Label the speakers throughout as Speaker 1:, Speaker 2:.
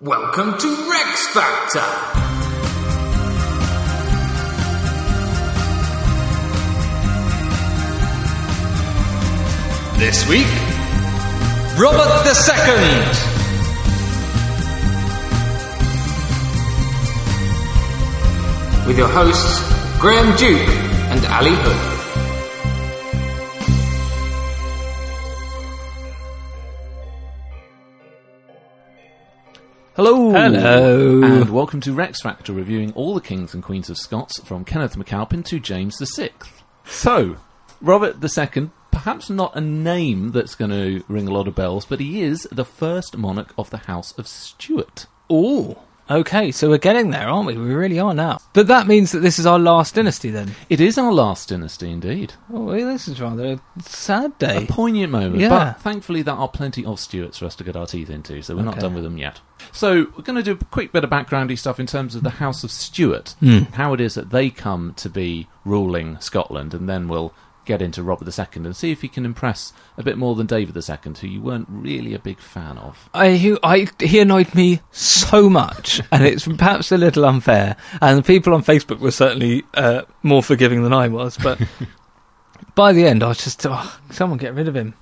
Speaker 1: Welcome to Rex Factor!
Speaker 2: This week, Robert II.
Speaker 1: With your hosts, Graham Duke and Ali Hood.
Speaker 3: Hello.
Speaker 4: Hello.
Speaker 3: And welcome to Rex Factor, reviewing all the kings and queens of Scots from Kenneth MacAlpin to James VI. So, Robert II, perhaps not a name that's going to ring a lot of bells, but he is the first monarch of the House of Stuart.
Speaker 4: Ooh. Okay, so we're getting there, aren't we? We really are now. But that means that this is our last dynasty then.
Speaker 3: It is our last dynasty indeed.
Speaker 4: Oh, well, this is rather a sad
Speaker 3: A
Speaker 4: day.
Speaker 3: poignant moment,
Speaker 4: Yeah.
Speaker 3: but thankfully there are plenty of Stuarts for us to get our teeth into, so we're not
Speaker 4: Okay.
Speaker 3: done with them yet. So we're going to do a quick bit of backgroundy stuff in terms of the House of Stuart,
Speaker 4: Hmm.
Speaker 3: how it is that they come to be ruling Scotland, and then we'll get into Robert II and see if he can impress a bit more than David II, who you weren't really a big fan of.
Speaker 4: I, he, I, he annoyed me so much, and it's perhaps a little unfair. And the people on Facebook were certainly uh, more forgiving than I was, but by the end, I was just, oh, someone get rid of him.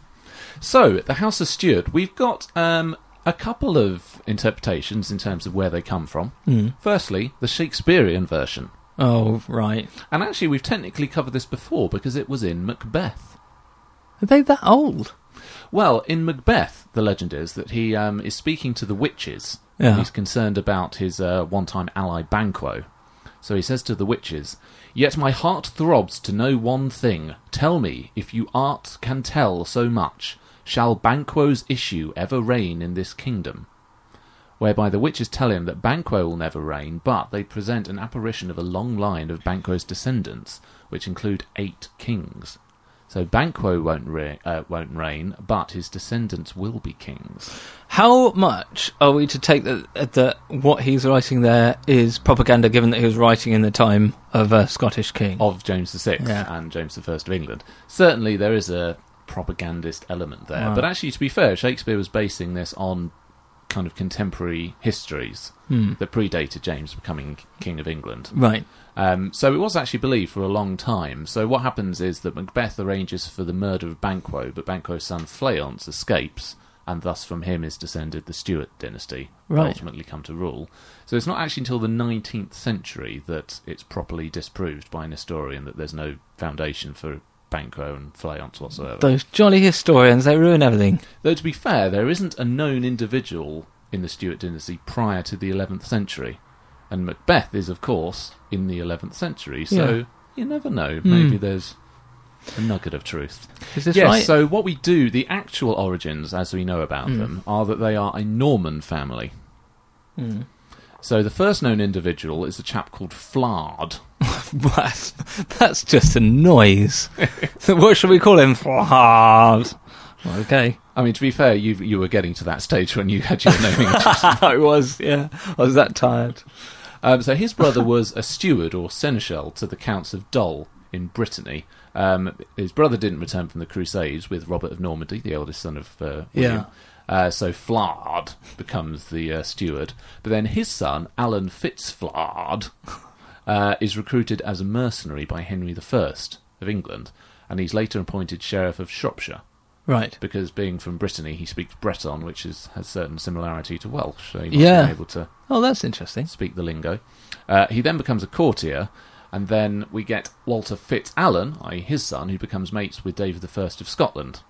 Speaker 3: So, the House of Stuart, we've got um, a couple of interpretations in terms of where they come from.
Speaker 4: Hmm.
Speaker 3: Firstly, the Shakespearean version.
Speaker 4: Oh, right.
Speaker 3: And actually, we've technically covered this before because it was in Macbeth.
Speaker 4: Are they that old?
Speaker 3: Well, in Macbeth, the legend is that he um, is speaking to the witches.
Speaker 4: Yeah.
Speaker 3: He's concerned about his uh, one time ally Banquo. So he says to the witches, Yet my heart throbs to know one thing. Tell me, if you art can tell so much, shall Banquo's issue ever reign in this kingdom? Whereby the witches tell him that Banquo will never reign, but they present an apparition of a long line of Banquo's descendants, which include eight kings. So Banquo won't re- uh, won't reign, but his descendants will be kings.
Speaker 4: How much are we to take that that what he's writing there is propaganda, given that he was writing in the time of a Scottish king?
Speaker 3: of James VI
Speaker 4: Yeah.
Speaker 3: and James I of England. Certainly, there is a propagandist element there. But actually, to be fair, Shakespeare was basing this on kind of contemporary histories that predated James becoming King of England.
Speaker 4: Right.
Speaker 3: Um, so it was actually believed for a long time. So what happens is that Macbeth arranges for the murder of Banquo, but Banquo's son Fleance escapes, and thus from him is descended the Stuart dynasty, who
Speaker 4: Right.
Speaker 3: ultimately come to rule. So it's not actually until the 19th century that it's properly disproved by an historian that there's no foundation for Banquo and Fleance whatsoever.
Speaker 4: Those jolly historians, they ruin everything.
Speaker 3: Though to be fair, there isn't a known individual in the Stuart dynasty prior to the 11th century, and Macbeth is, of course, in the 11th century. So
Speaker 4: Yeah.
Speaker 3: you never know. Maybe there's a nugget of truth.
Speaker 4: Is this
Speaker 3: Hmm. yes.
Speaker 4: right?
Speaker 3: So Hmm. what we do, the actual origins, as we know about them, are that they are a Norman family. Hmm. So the first known individual is a chap called Flard.
Speaker 4: that's, that's just a noise. So what should we call him? Flahard. Okay.
Speaker 3: I mean, to be fair, you you were getting to that stage when you had your naming issues.
Speaker 4: I was, yeah. I was that tired.
Speaker 3: Um, so his brother was a steward or seneschal to the counts of Dol in Brittany. Um, his brother didn't return from the Crusades with Robert of Normandy, the eldest son of uh, William.
Speaker 4: Yeah.
Speaker 3: Uh, so Flard becomes the uh, steward, but then his son Alan Fitzflard uh, is recruited as a mercenary by Henry I of England, and he's later appointed sheriff of Shropshire
Speaker 4: Right.
Speaker 3: because, being from Brittany, he speaks Breton, which is, has certain similarity to Welsh. So he must
Speaker 4: Yeah.
Speaker 3: be able to
Speaker 4: Oh, that's interesting.
Speaker 3: speak the lingo. Uh, he then becomes a courtier, and then we get Walter FitzAlan, i.e., his son, who becomes mates with David I of Scotland.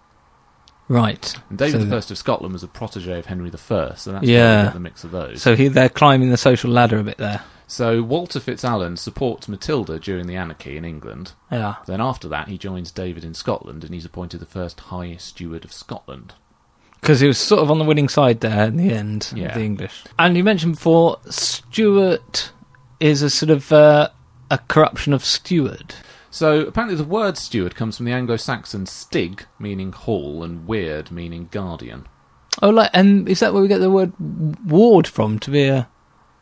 Speaker 4: Right.
Speaker 3: And David
Speaker 4: so,
Speaker 3: I of Scotland was a protege of Henry I, so that's
Speaker 4: Yeah.
Speaker 3: where we get the mix of those. So,
Speaker 4: So he, they're climbing the social ladder a bit there.
Speaker 3: Walter FitzAlan supports Matilda during the anarchy in England.
Speaker 4: Yeah.
Speaker 3: Then after that, he joins David in Scotland, and he's appointed the first High Steward of Scotland.
Speaker 4: Because he was sort of on the winning side there in the end of
Speaker 3: Yeah.
Speaker 4: the English. And you mentioned before, Stuart is a sort of uh, a corruption of steward.
Speaker 3: So apparently, the word steward comes from the Anglo-Saxon "stig," meaning hall, and "weird," meaning guardian.
Speaker 4: Oh, like, and is that where we get the word ward from? To be a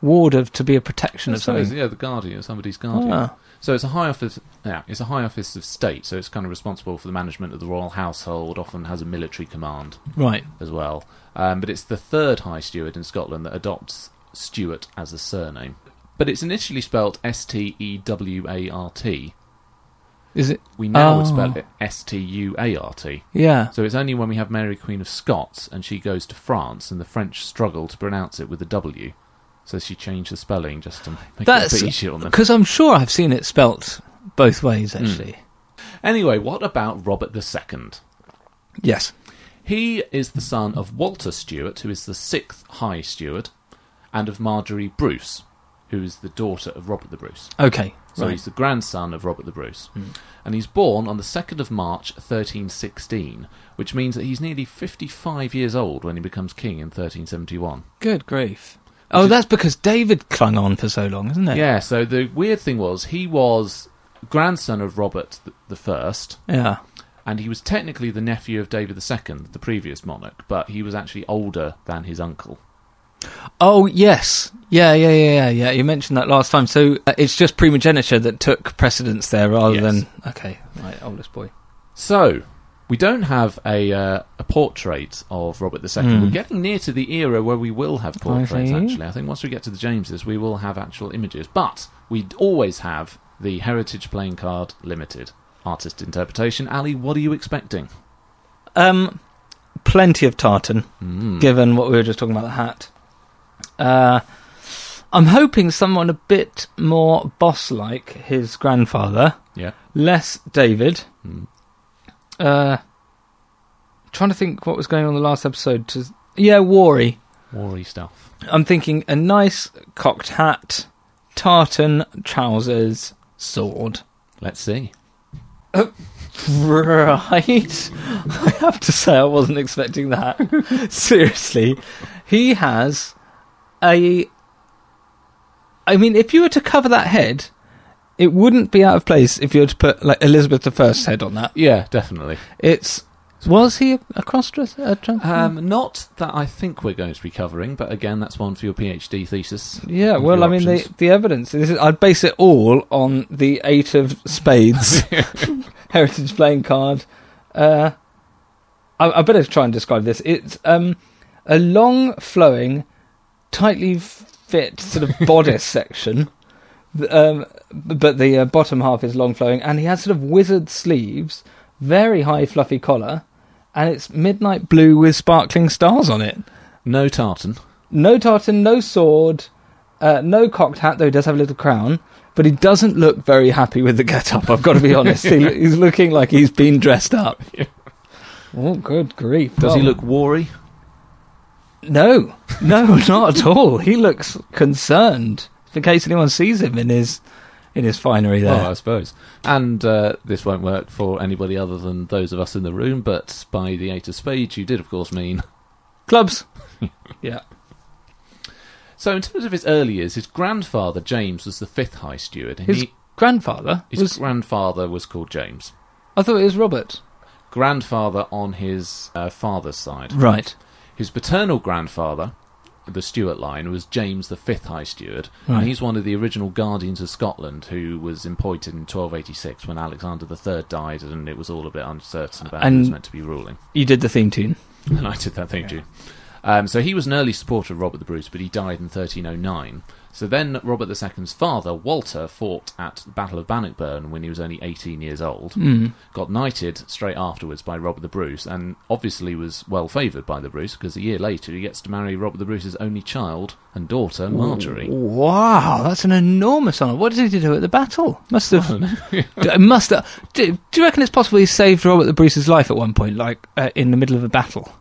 Speaker 4: ward of, to be a protection of
Speaker 3: So,
Speaker 4: something.
Speaker 3: yeah, the guardian, somebody's guardian.
Speaker 4: Ah.
Speaker 3: So it's a high office. Yeah, it's a high office of state, so it's kind of responsible for the management of the royal household. Often has a military command
Speaker 4: Right.
Speaker 3: as well. Um, but it's the third High Steward in Scotland that adopts Stewart as a surname. But it's initially spelt S T E W A R T.
Speaker 4: Is it?
Speaker 3: We now would
Speaker 4: Oh.
Speaker 3: spell it S T U A R T.
Speaker 4: Yeah.
Speaker 3: So it's only when we have Mary Queen of Scots and she goes to France and the French struggle to pronounce it with a W. So she changed the spelling just to make it a
Speaker 4: That's
Speaker 3: bit easier on Hmm. them.
Speaker 4: because I'm sure I've seen it spelt both ways. Actually,
Speaker 3: Anyway, what about Robert II?
Speaker 4: yes.
Speaker 3: He is the son of Walter Stewart, who is the sixth High Steward, and of Marjorie Bruce, who is the daughter of Robert the Bruce.
Speaker 4: Okay.
Speaker 3: So
Speaker 4: right.
Speaker 3: he's the grandson of Robert the Bruce. And he's born on the 2nd of March 1316, which means that he's nearly 55 years old when he becomes king in 1371.
Speaker 4: Good grief. Oh, that's because David clung on for so long, isn't it?
Speaker 3: Yeah, so the weird thing was he was grandson of Robert th- the First,
Speaker 4: Yeah.
Speaker 3: and he was technically the nephew of David the Second, the previous monarch, but he was actually older than his uncle.
Speaker 4: Oh yes. Yeah, yeah, yeah, yeah, yeah. You mentioned that last time. So uh, it's just primogeniture that took precedence there, rather
Speaker 3: Yes.
Speaker 4: than okay, right, oldest boy.
Speaker 3: So we don't have a uh, a portrait of Robert II. We're getting near to the era where we will have portraits.
Speaker 4: see.
Speaker 3: Actually, I think once we get to the Jameses, we will have actual images, but we always have the Heritage Playing Card Limited artist interpretation. Ali, what are you expecting?
Speaker 4: Um, plenty of tartan,
Speaker 3: Hmm.
Speaker 4: given what we were just talking about the hat. Uh, I'm hoping someone a bit more boss-like, his grandfather,
Speaker 3: Yeah.
Speaker 4: less David.
Speaker 3: Hmm.
Speaker 4: Uh, trying to think what was going on the last episode. To yeah, Wari.
Speaker 3: Wary stuff.
Speaker 4: I'm thinking a nice cocked hat, tartan trousers, sword.
Speaker 3: Let's see.
Speaker 4: Right. I have to say, I wasn't expecting that. Seriously. He has a. I mean, if you were to cover that head, it wouldn't be out of place if you were to put, like, Elizabeth I's head on that.
Speaker 3: Yeah, definitely.
Speaker 4: It's. Was he uh, a crossdresser? A trans-
Speaker 3: Um, not that I think we're going to be covering, but again, that's one for your PhD thesis.
Speaker 4: Yeah,
Speaker 3: Of
Speaker 4: well,
Speaker 3: your
Speaker 4: I mean, the,
Speaker 3: options.
Speaker 4: the evidence. This is, I'd base it all on the Eight of Spades heritage playing card. Uh, I, I better try and describe this. It's um, a long, flowing, tightly fit sort of bodice section. Th- Um, but the uh, bottom half is long, flowing, and he has sort of wizard sleeves, very high, fluffy collar, and it's midnight blue with sparkling stars on it.
Speaker 3: No tartan.
Speaker 4: No tartan, no sword, uh, no cocked hat, though he does have a little crown. But he doesn't look very happy with the get up, I've got to be honest. he, he's looking like he's been dressed up. Oh, good grief.
Speaker 3: Does he
Speaker 4: Well,
Speaker 3: look wary?
Speaker 4: No, no, not at all. He looks concerned in case anyone sees him in his. In his finery there.
Speaker 3: Oh, I suppose. And uh, this won't work for anybody other than those of us in the room, but by the Eight of Spades, you did, of course, mean.
Speaker 4: Clubs. yeah.
Speaker 3: So, in terms of his early years, his grandfather, James, was the fifth High Steward. And
Speaker 4: His
Speaker 3: he,
Speaker 4: grandfather
Speaker 3: his
Speaker 4: was.
Speaker 3: grandfather was called James.
Speaker 4: I thought it was Robert.
Speaker 3: Grandfather on his uh, father's side.
Speaker 4: Right.
Speaker 3: His paternal grandfather, the Stuart line, was James the Fifth High Steward,
Speaker 4: Right.
Speaker 3: and he's one of the original guardians of Scotland, who was appointed in 1286 when Alexander III died, and it was all a bit uncertain about who was
Speaker 4: And-
Speaker 3: meant to be ruling.
Speaker 4: You did the theme tune.
Speaker 3: And I did that, thank you. Um, so he was an early supporter of Robert the Bruce, but he died in 1309. So then Robert II's father, Walter, fought at the Battle of Bannockburn when he was only 18 years old,
Speaker 4: Mm-hmm.
Speaker 3: got knighted straight afterwards by Robert the Bruce, and obviously was well favoured by the Bruce because a year later he gets to marry Robert the Bruce's only child and daughter, Marjorie.
Speaker 4: Wow, that's an enormous honour. What did he do at the battle? Must have. D- must have. Do, do you reckon it's possible he saved Robert the Bruce's life at one point, like uh, in the middle of a battle?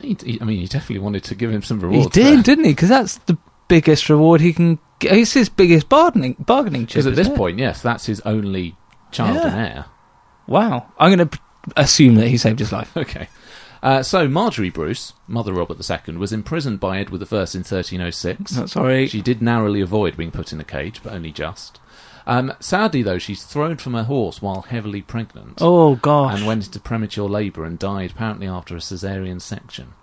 Speaker 3: He, he- I mean, he definitely wanted to give him some rewards.
Speaker 4: he did, didn't he? Because that's the biggest reward he can. get. It's his biggest bargaining bargaining chip.
Speaker 3: Because at
Speaker 4: isn't
Speaker 3: this
Speaker 4: it?
Speaker 3: point, yes, that's his only child and
Speaker 4: Yeah.
Speaker 3: heir.
Speaker 4: wow. I'm going to assume that he saved his life.
Speaker 3: Okay. Uh, so Marjorie Bruce, mother Robert II, was imprisoned by Edward I in 1306.
Speaker 4: Not sorry.
Speaker 3: She did narrowly avoid being put in a cage, but only just. Um, sadly, though, she's thrown from her horse while heavily pregnant
Speaker 4: oh gosh.
Speaker 3: and went into premature labour and died apparently after a caesarean section.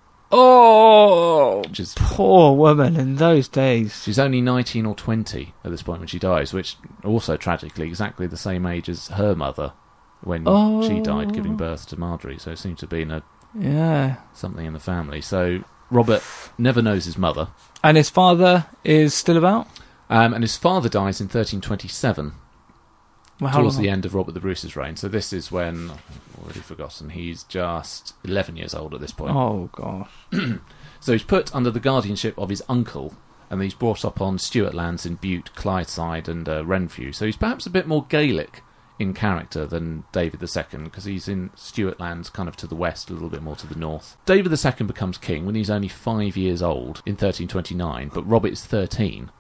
Speaker 4: Oh,
Speaker 3: which is
Speaker 4: poor woman in those days.
Speaker 3: She's only 19 or 20 at this point when she dies, which also tragically exactly the same age as her mother when
Speaker 4: Oh.
Speaker 3: she died giving birth to Marjorie. So it seems to be in a,
Speaker 4: Yeah.
Speaker 3: something in the family. So Robert never knows his mother,
Speaker 4: And his father is still about?
Speaker 3: um, and his father dies in 1327
Speaker 4: Well,
Speaker 3: towards
Speaker 4: long-
Speaker 3: the end of Robert the Bruce's reign. So this is when oh, I've already forgotten. He's just 11 years old at this point.
Speaker 4: Oh, gosh.
Speaker 3: So he's put under the guardianship of his uncle, and he's brought up on Stuart lands in Butte, Clydeside, and uh, Renfrew. So he's perhaps a bit more Gaelic in character than David II, because he's in Stuart lands kind of to the west, a little bit more to the north. David II becomes king when he's only five years old in 1329, but Robert's 13.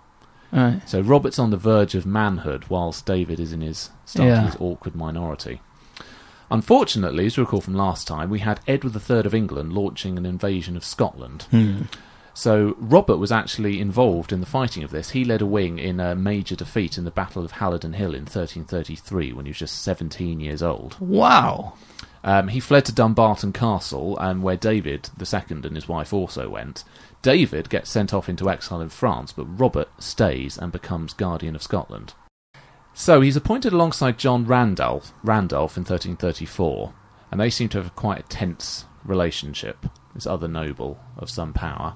Speaker 4: All right.
Speaker 3: So Robert's on the verge of manhood, whilst David is in his starting
Speaker 4: Yeah.
Speaker 3: his awkward minority. Unfortunately, as we recall from last time, we had Edward III of England launching an invasion of Scotland.
Speaker 4: Hmm.
Speaker 3: So Robert was actually involved in the fighting of this. He led a wing in a major defeat in the Battle of Halidon Hill in 1333 when he was just 17 years old.
Speaker 4: Wow.
Speaker 3: Um, he fled to Dumbarton Castle, um, where David II and his wife also went. David gets sent off into exile in France, but Robert stays and becomes Guardian of Scotland. So he's appointed alongside John Randolph, Randolph in 1334, and they seem to have quite a tense relationship, this other noble of some power.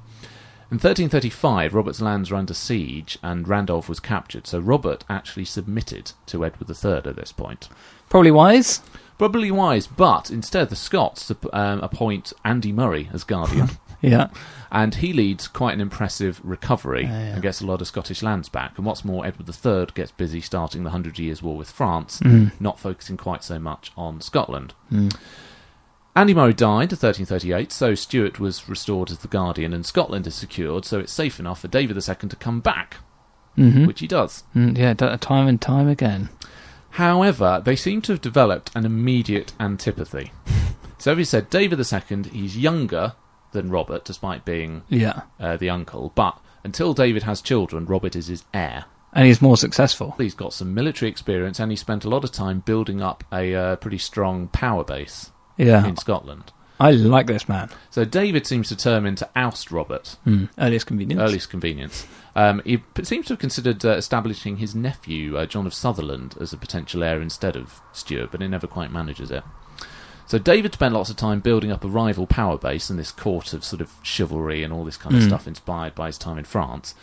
Speaker 3: In 1335, Robert's lands were under siege and Randolph was captured, so Robert actually submitted to Edward III at this point.
Speaker 4: Probably wise.
Speaker 3: Probably wise, but instead the Scots um, appoint Andy Murray as guardian,
Speaker 4: Yeah.
Speaker 3: and he leads quite an impressive recovery and gets a lot of Scottish lands back. And what's more, Edward III gets busy starting the Hundred Years' War with France, not focusing quite so much on Scotland. Andy Murray died in 1338, so Stuart was restored as the guardian, and Scotland is secured, so it's safe enough for David II to come back, which he does.
Speaker 4: Mm, yeah, d- time and time again.
Speaker 3: However, they seem to have developed an immediate antipathy. so, as you said, David II, he's younger than Robert, despite being
Speaker 4: Yeah.
Speaker 3: uh, the uncle, but until David has children, Robert is his heir.
Speaker 4: And he's more successful.
Speaker 3: He's got some military experience and he spent a lot of time building up a uh, pretty strong power base
Speaker 4: Yeah.
Speaker 3: in Scotland.
Speaker 4: I like this man.
Speaker 3: So, David seems determined to oust Robert,
Speaker 4: Earliest convenience.
Speaker 3: earliest convenience. Um, he p- seems to have considered uh, establishing his nephew, uh, John of Sutherland, as a potential heir instead of Stuart, but he never quite manages it. So David spent lots of time building up a rival power base and this court of sort of chivalry and all this kind of stuff inspired by his time in France,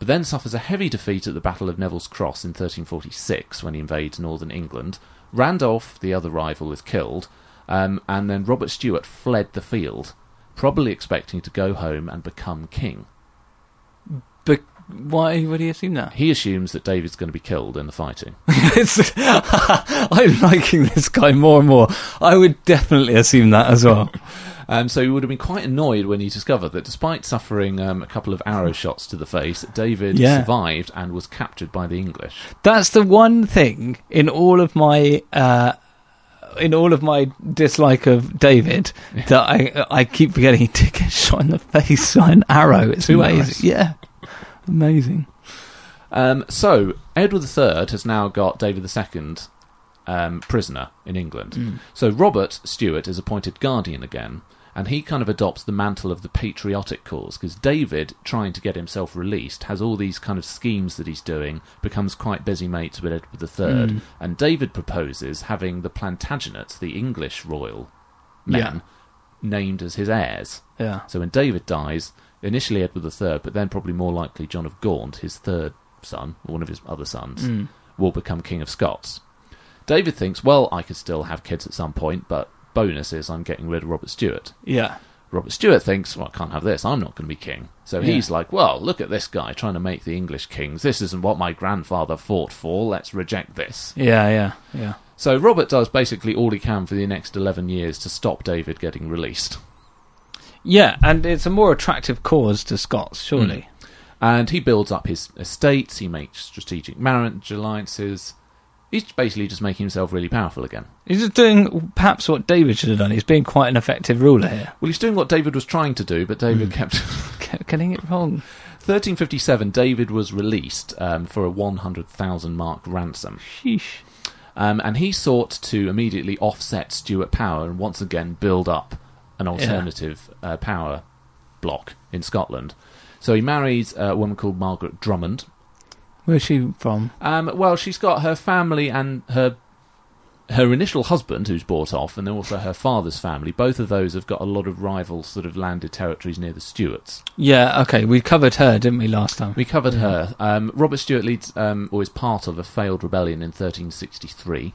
Speaker 3: but then suffers a heavy defeat at the Battle of Neville's Cross in 1346 when he invades northern England. Randolph, the other rival, is killed, um, and then Robert Stuart fled the field, probably expecting to go home and become king.
Speaker 4: But why would he assume that?
Speaker 3: He assumes that David's going to be killed in the fighting.
Speaker 4: It's- I'm liking this guy more and more. I would definitely assume that as well.
Speaker 3: Um, so he would have been quite annoyed when he discovered that despite suffering um, a couple of arrow shots to the face, David
Speaker 4: Yeah.
Speaker 3: survived and was captured by the English.
Speaker 4: That's the one thing in all of my uh, in all of my dislike of David that I I keep forgetting he did get shot in the face by an arrow. It's
Speaker 3: Two
Speaker 4: amazing.
Speaker 3: arrows.
Speaker 4: Yeah, amazing.
Speaker 3: Um, so Edward III has now got David II um, prisoner in England. So Robert Stuart is appointed guardian again, and he kind of adopts the mantle of the patriotic cause because David, trying to get himself released, has all these kind of schemes that he's doing, becomes quite busy mates with Edward III, and David proposes having the Plantagenets, the English royal men, named as his heirs.
Speaker 4: Yeah,
Speaker 3: So when David dies, initially Edward III, but then probably more likely John of Gaunt, his third son, or one of his other sons,
Speaker 4: Mm.
Speaker 3: will become King of Scots. David thinks, well, I could still have kids at some point, but bonus is I'm getting rid of Robert Stewart.
Speaker 4: yeah.
Speaker 3: Robert Stewart thinks, well, I can't have this, I'm not going to be king. So
Speaker 4: Yeah.
Speaker 3: he's like, well, look at this guy trying to make the English kings. This isn't what my grandfather fought for, let's reject this.
Speaker 4: Yeah, yeah, yeah.
Speaker 3: So Robert does basically all he can for the next 11 years to stop David getting released.
Speaker 4: Yeah, and it's a more attractive cause to Scots, surely.
Speaker 3: And he builds up his estates, he makes strategic marriage alliances. He's basically just making himself really powerful again.
Speaker 4: He's just doing perhaps what David should have done. He's being quite an effective ruler here.
Speaker 3: Well, he's doing what David was trying to do, but David kept.
Speaker 4: Get- Getting it wrong.
Speaker 3: 1357, David was released um, for a 100,000 mark ransom.
Speaker 4: Sheesh.
Speaker 3: Um, and he sought to immediately offset Stuart power and once again build up an alternative uh, power block in Scotland. So he marries a woman called Margaret Drummond.
Speaker 4: Where's she from?
Speaker 3: Um, well, she's got her family and her her initial husband, who's bought off, and then also her father's family. Both of those have got a lot of rival sort of landed territories near the Stuarts.
Speaker 4: Yeah, okay. We covered her, didn't we, last time?
Speaker 3: We covered her. Um, Robert Stuart leads, um, or is part of, a failed rebellion in 1363.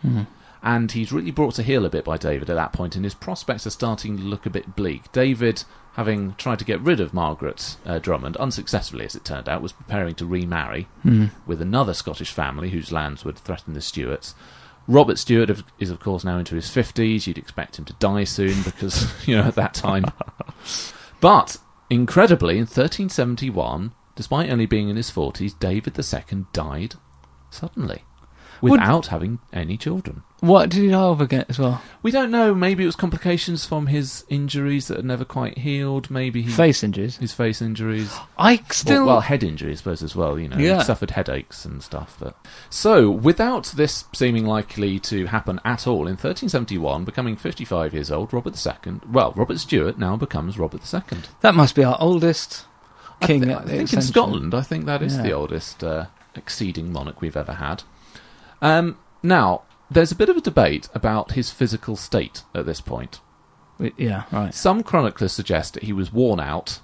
Speaker 4: Hmm.
Speaker 3: And he's really brought to heel a bit by David at that point, and his prospects are starting to look a bit bleak. David, having tried to get rid of Margaret uh, Drummond, unsuccessfully as it turned out, was preparing to remarry
Speaker 4: Hmm.
Speaker 3: with another Scottish family whose lands would threaten the Stuarts. Robert Stewart of- is, of course, now into his 50s. You'd expect him to die soon because, you know, at that time. But, incredibly, in 1371, despite only being in his 40s, David II died suddenly
Speaker 4: Would-
Speaker 3: without having any children.
Speaker 4: What did he die of again as well?
Speaker 3: We don't know. Maybe it was complications from his injuries that had never quite healed. Maybe he,
Speaker 4: Face injuries.
Speaker 3: his face injuries.
Speaker 4: I
Speaker 3: Hmm. Well,
Speaker 4: still.
Speaker 3: well, head injury, I suppose, as well. You know,
Speaker 4: Yeah.
Speaker 3: he suffered headaches and stuff. But so, without this seeming likely to happen at all, in 1371, becoming 55 years old, Robert II, well, Robert Stuart now becomes Robert II.
Speaker 4: that must be our oldest king.
Speaker 3: I, thi-
Speaker 4: at
Speaker 3: I
Speaker 4: the
Speaker 3: think in
Speaker 4: Ascension.
Speaker 3: Scotland, I think that is
Speaker 4: Yeah.
Speaker 3: the oldest uh, exceeding monarch we've ever had. Um, now, there's a bit of a debate about his physical state at this point.
Speaker 4: We- Yeah, right.
Speaker 3: Some chroniclers suggest that he was worn out,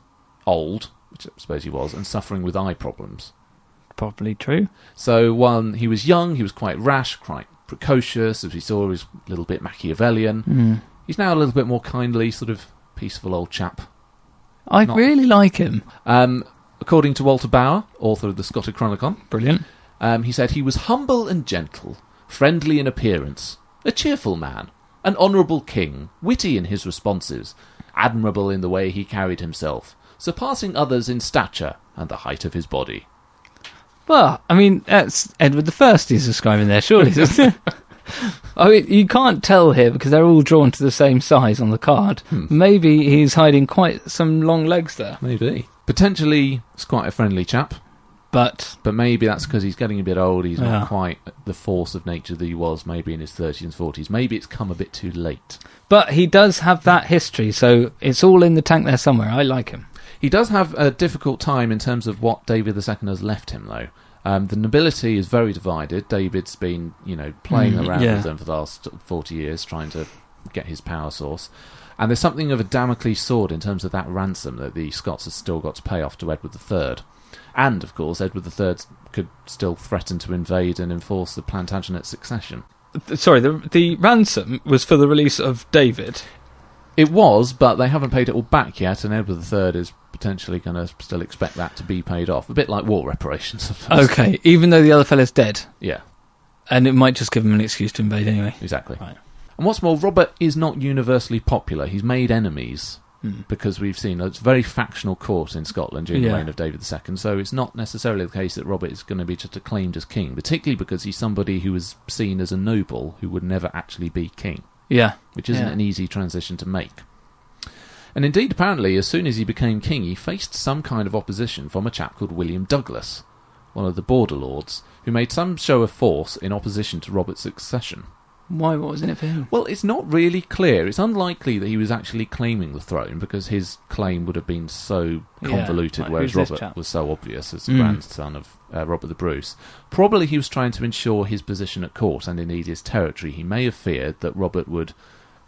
Speaker 3: old, which I suppose he was, and suffering with eye problems.
Speaker 4: Probably true.
Speaker 3: So while he was young, he was quite rash, quite precocious, as we saw, he was a little bit Machiavellian. He's now a little bit more kindly, sort of peaceful old chap.
Speaker 4: I
Speaker 3: Not-
Speaker 4: really like him.
Speaker 3: Um, according to Walter Bauer, author of the Scotic Chronicon,
Speaker 4: Brilliant.
Speaker 3: um, he said he was humble and gentle, friendly in appearance, a cheerful man, an honourable king, witty in his responses, admirable in the way he carried himself, surpassing others in stature and the height of his body.
Speaker 4: Well, I mean, that's Edward the First he's describing there, surely. isn't it? I mean, you can't tell here because they're all drawn to the same size on the card.
Speaker 3: Hmm.
Speaker 4: Maybe he's hiding quite some long legs there.
Speaker 3: Maybe. Potentially, he's quite a friendly chap.
Speaker 4: But
Speaker 3: But maybe that's because he's getting a bit old. He's
Speaker 4: Yeah.
Speaker 3: not quite the force of nature that he was maybe in his 30s and 40s. Maybe it's come a bit too late.
Speaker 4: but he does have that history, so it's all in the tank there somewhere. I like him.
Speaker 3: He does have a difficult time in terms of what David II has left him, though. Um, the nobility is very divided. David's been, you know, playing
Speaker 4: Mm,
Speaker 3: around
Speaker 4: yeah.
Speaker 3: with them for the last 40 years, trying to get his power source. And there's something of a Damocles sword in terms of that ransom that the Scots have still got to pay off to Edward III. And, of course, Edward III could still threaten to invade and enforce the Plantagenet succession.
Speaker 4: Sorry, the the ransom was for the release of David.
Speaker 3: It was, but they haven't paid it all back yet, and Edward III is potentially going to still expect that to be paid off. A bit like war reparations. I suppose.
Speaker 4: Okay, even though the other fella's dead,
Speaker 3: Yeah,
Speaker 4: and it might just give him an excuse to invade anyway.
Speaker 3: exactly.
Speaker 4: Right.
Speaker 3: And what's more, Robert is not universally popular. He's made enemies because we've seen it's a very factional court in Scotland during
Speaker 4: Hmm. Yeah.
Speaker 3: the reign of David II, so it's not necessarily the case that Robert is going to be just acclaimed as king, particularly because he's somebody who was seen as a noble who would never actually be king.
Speaker 4: Yeah,
Speaker 3: which isn't
Speaker 4: Yeah.
Speaker 3: an easy transition to make. And indeed, apparently, as soon as he became king, he faced some kind of opposition from a chap called William Douglas, one of the border lords, who made some show of force in opposition to Robert's succession.
Speaker 4: why? What was in it for him?
Speaker 3: Well, it's not really clear. It's unlikely that he was actually claiming the throne because his claim would have been so
Speaker 4: Yeah,
Speaker 3: convoluted,
Speaker 4: like,
Speaker 3: whereas
Speaker 4: who's this
Speaker 3: Robert
Speaker 4: chap?
Speaker 3: was so obvious as the
Speaker 4: Mm.
Speaker 3: grandson of uh, Robert the Bruce. Probably he was trying to ensure his position at court and indeed his territory. He may have feared that Robert would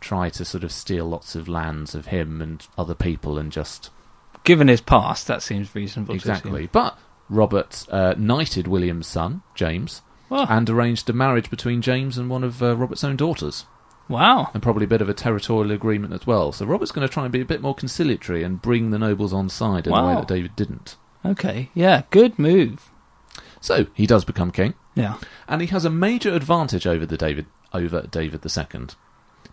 Speaker 3: try to sort of steal lots of lands of him and other people and just.
Speaker 4: Given his past, that seems reasonable. to assume.
Speaker 3: exactly. But Robert uh, knighted William's son, James,
Speaker 4: Well,
Speaker 3: and arranged a marriage between James and one of uh, Robert's own daughters
Speaker 4: wow.
Speaker 3: and probably a bit of a territorial agreement as well. So Robert's going to try and be a bit more conciliatory and bring the nobles on side in a way
Speaker 4: Wow.
Speaker 3: that David didn't.
Speaker 4: Okay, yeah, good move.
Speaker 3: So he does become king,
Speaker 4: Yeah.
Speaker 3: and he has a major advantage over the David over David II.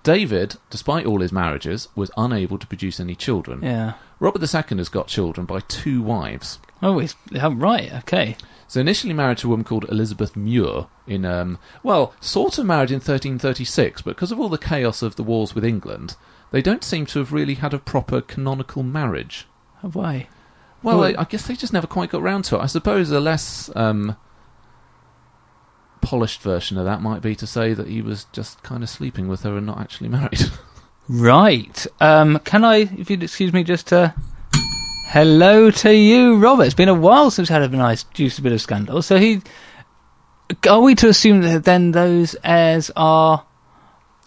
Speaker 3: David, despite all his marriages, was unable to produce any children.
Speaker 4: Yeah.
Speaker 3: Robert II has got children by two wives.
Speaker 4: Oh, he's, yeah, right, okay.
Speaker 3: So initially married to a woman called Elizabeth Muir in um well, sort of married in 1336, but because of all the chaos of the wars with England, they don't seem to have really had a proper canonical marriage.
Speaker 4: Have I?
Speaker 3: Well,
Speaker 4: Well-
Speaker 3: I, I guess they just never quite got round to it. I suppose a less um, polished version of that might be to say that he was just kind of sleeping with her and not actually married.
Speaker 4: Right. Um, can I, if you'd excuse me, just uh, Hello to you, Robert. It's been a while since we had a nice juicy bit of scandal. So he, are we to assume that then those heirs are,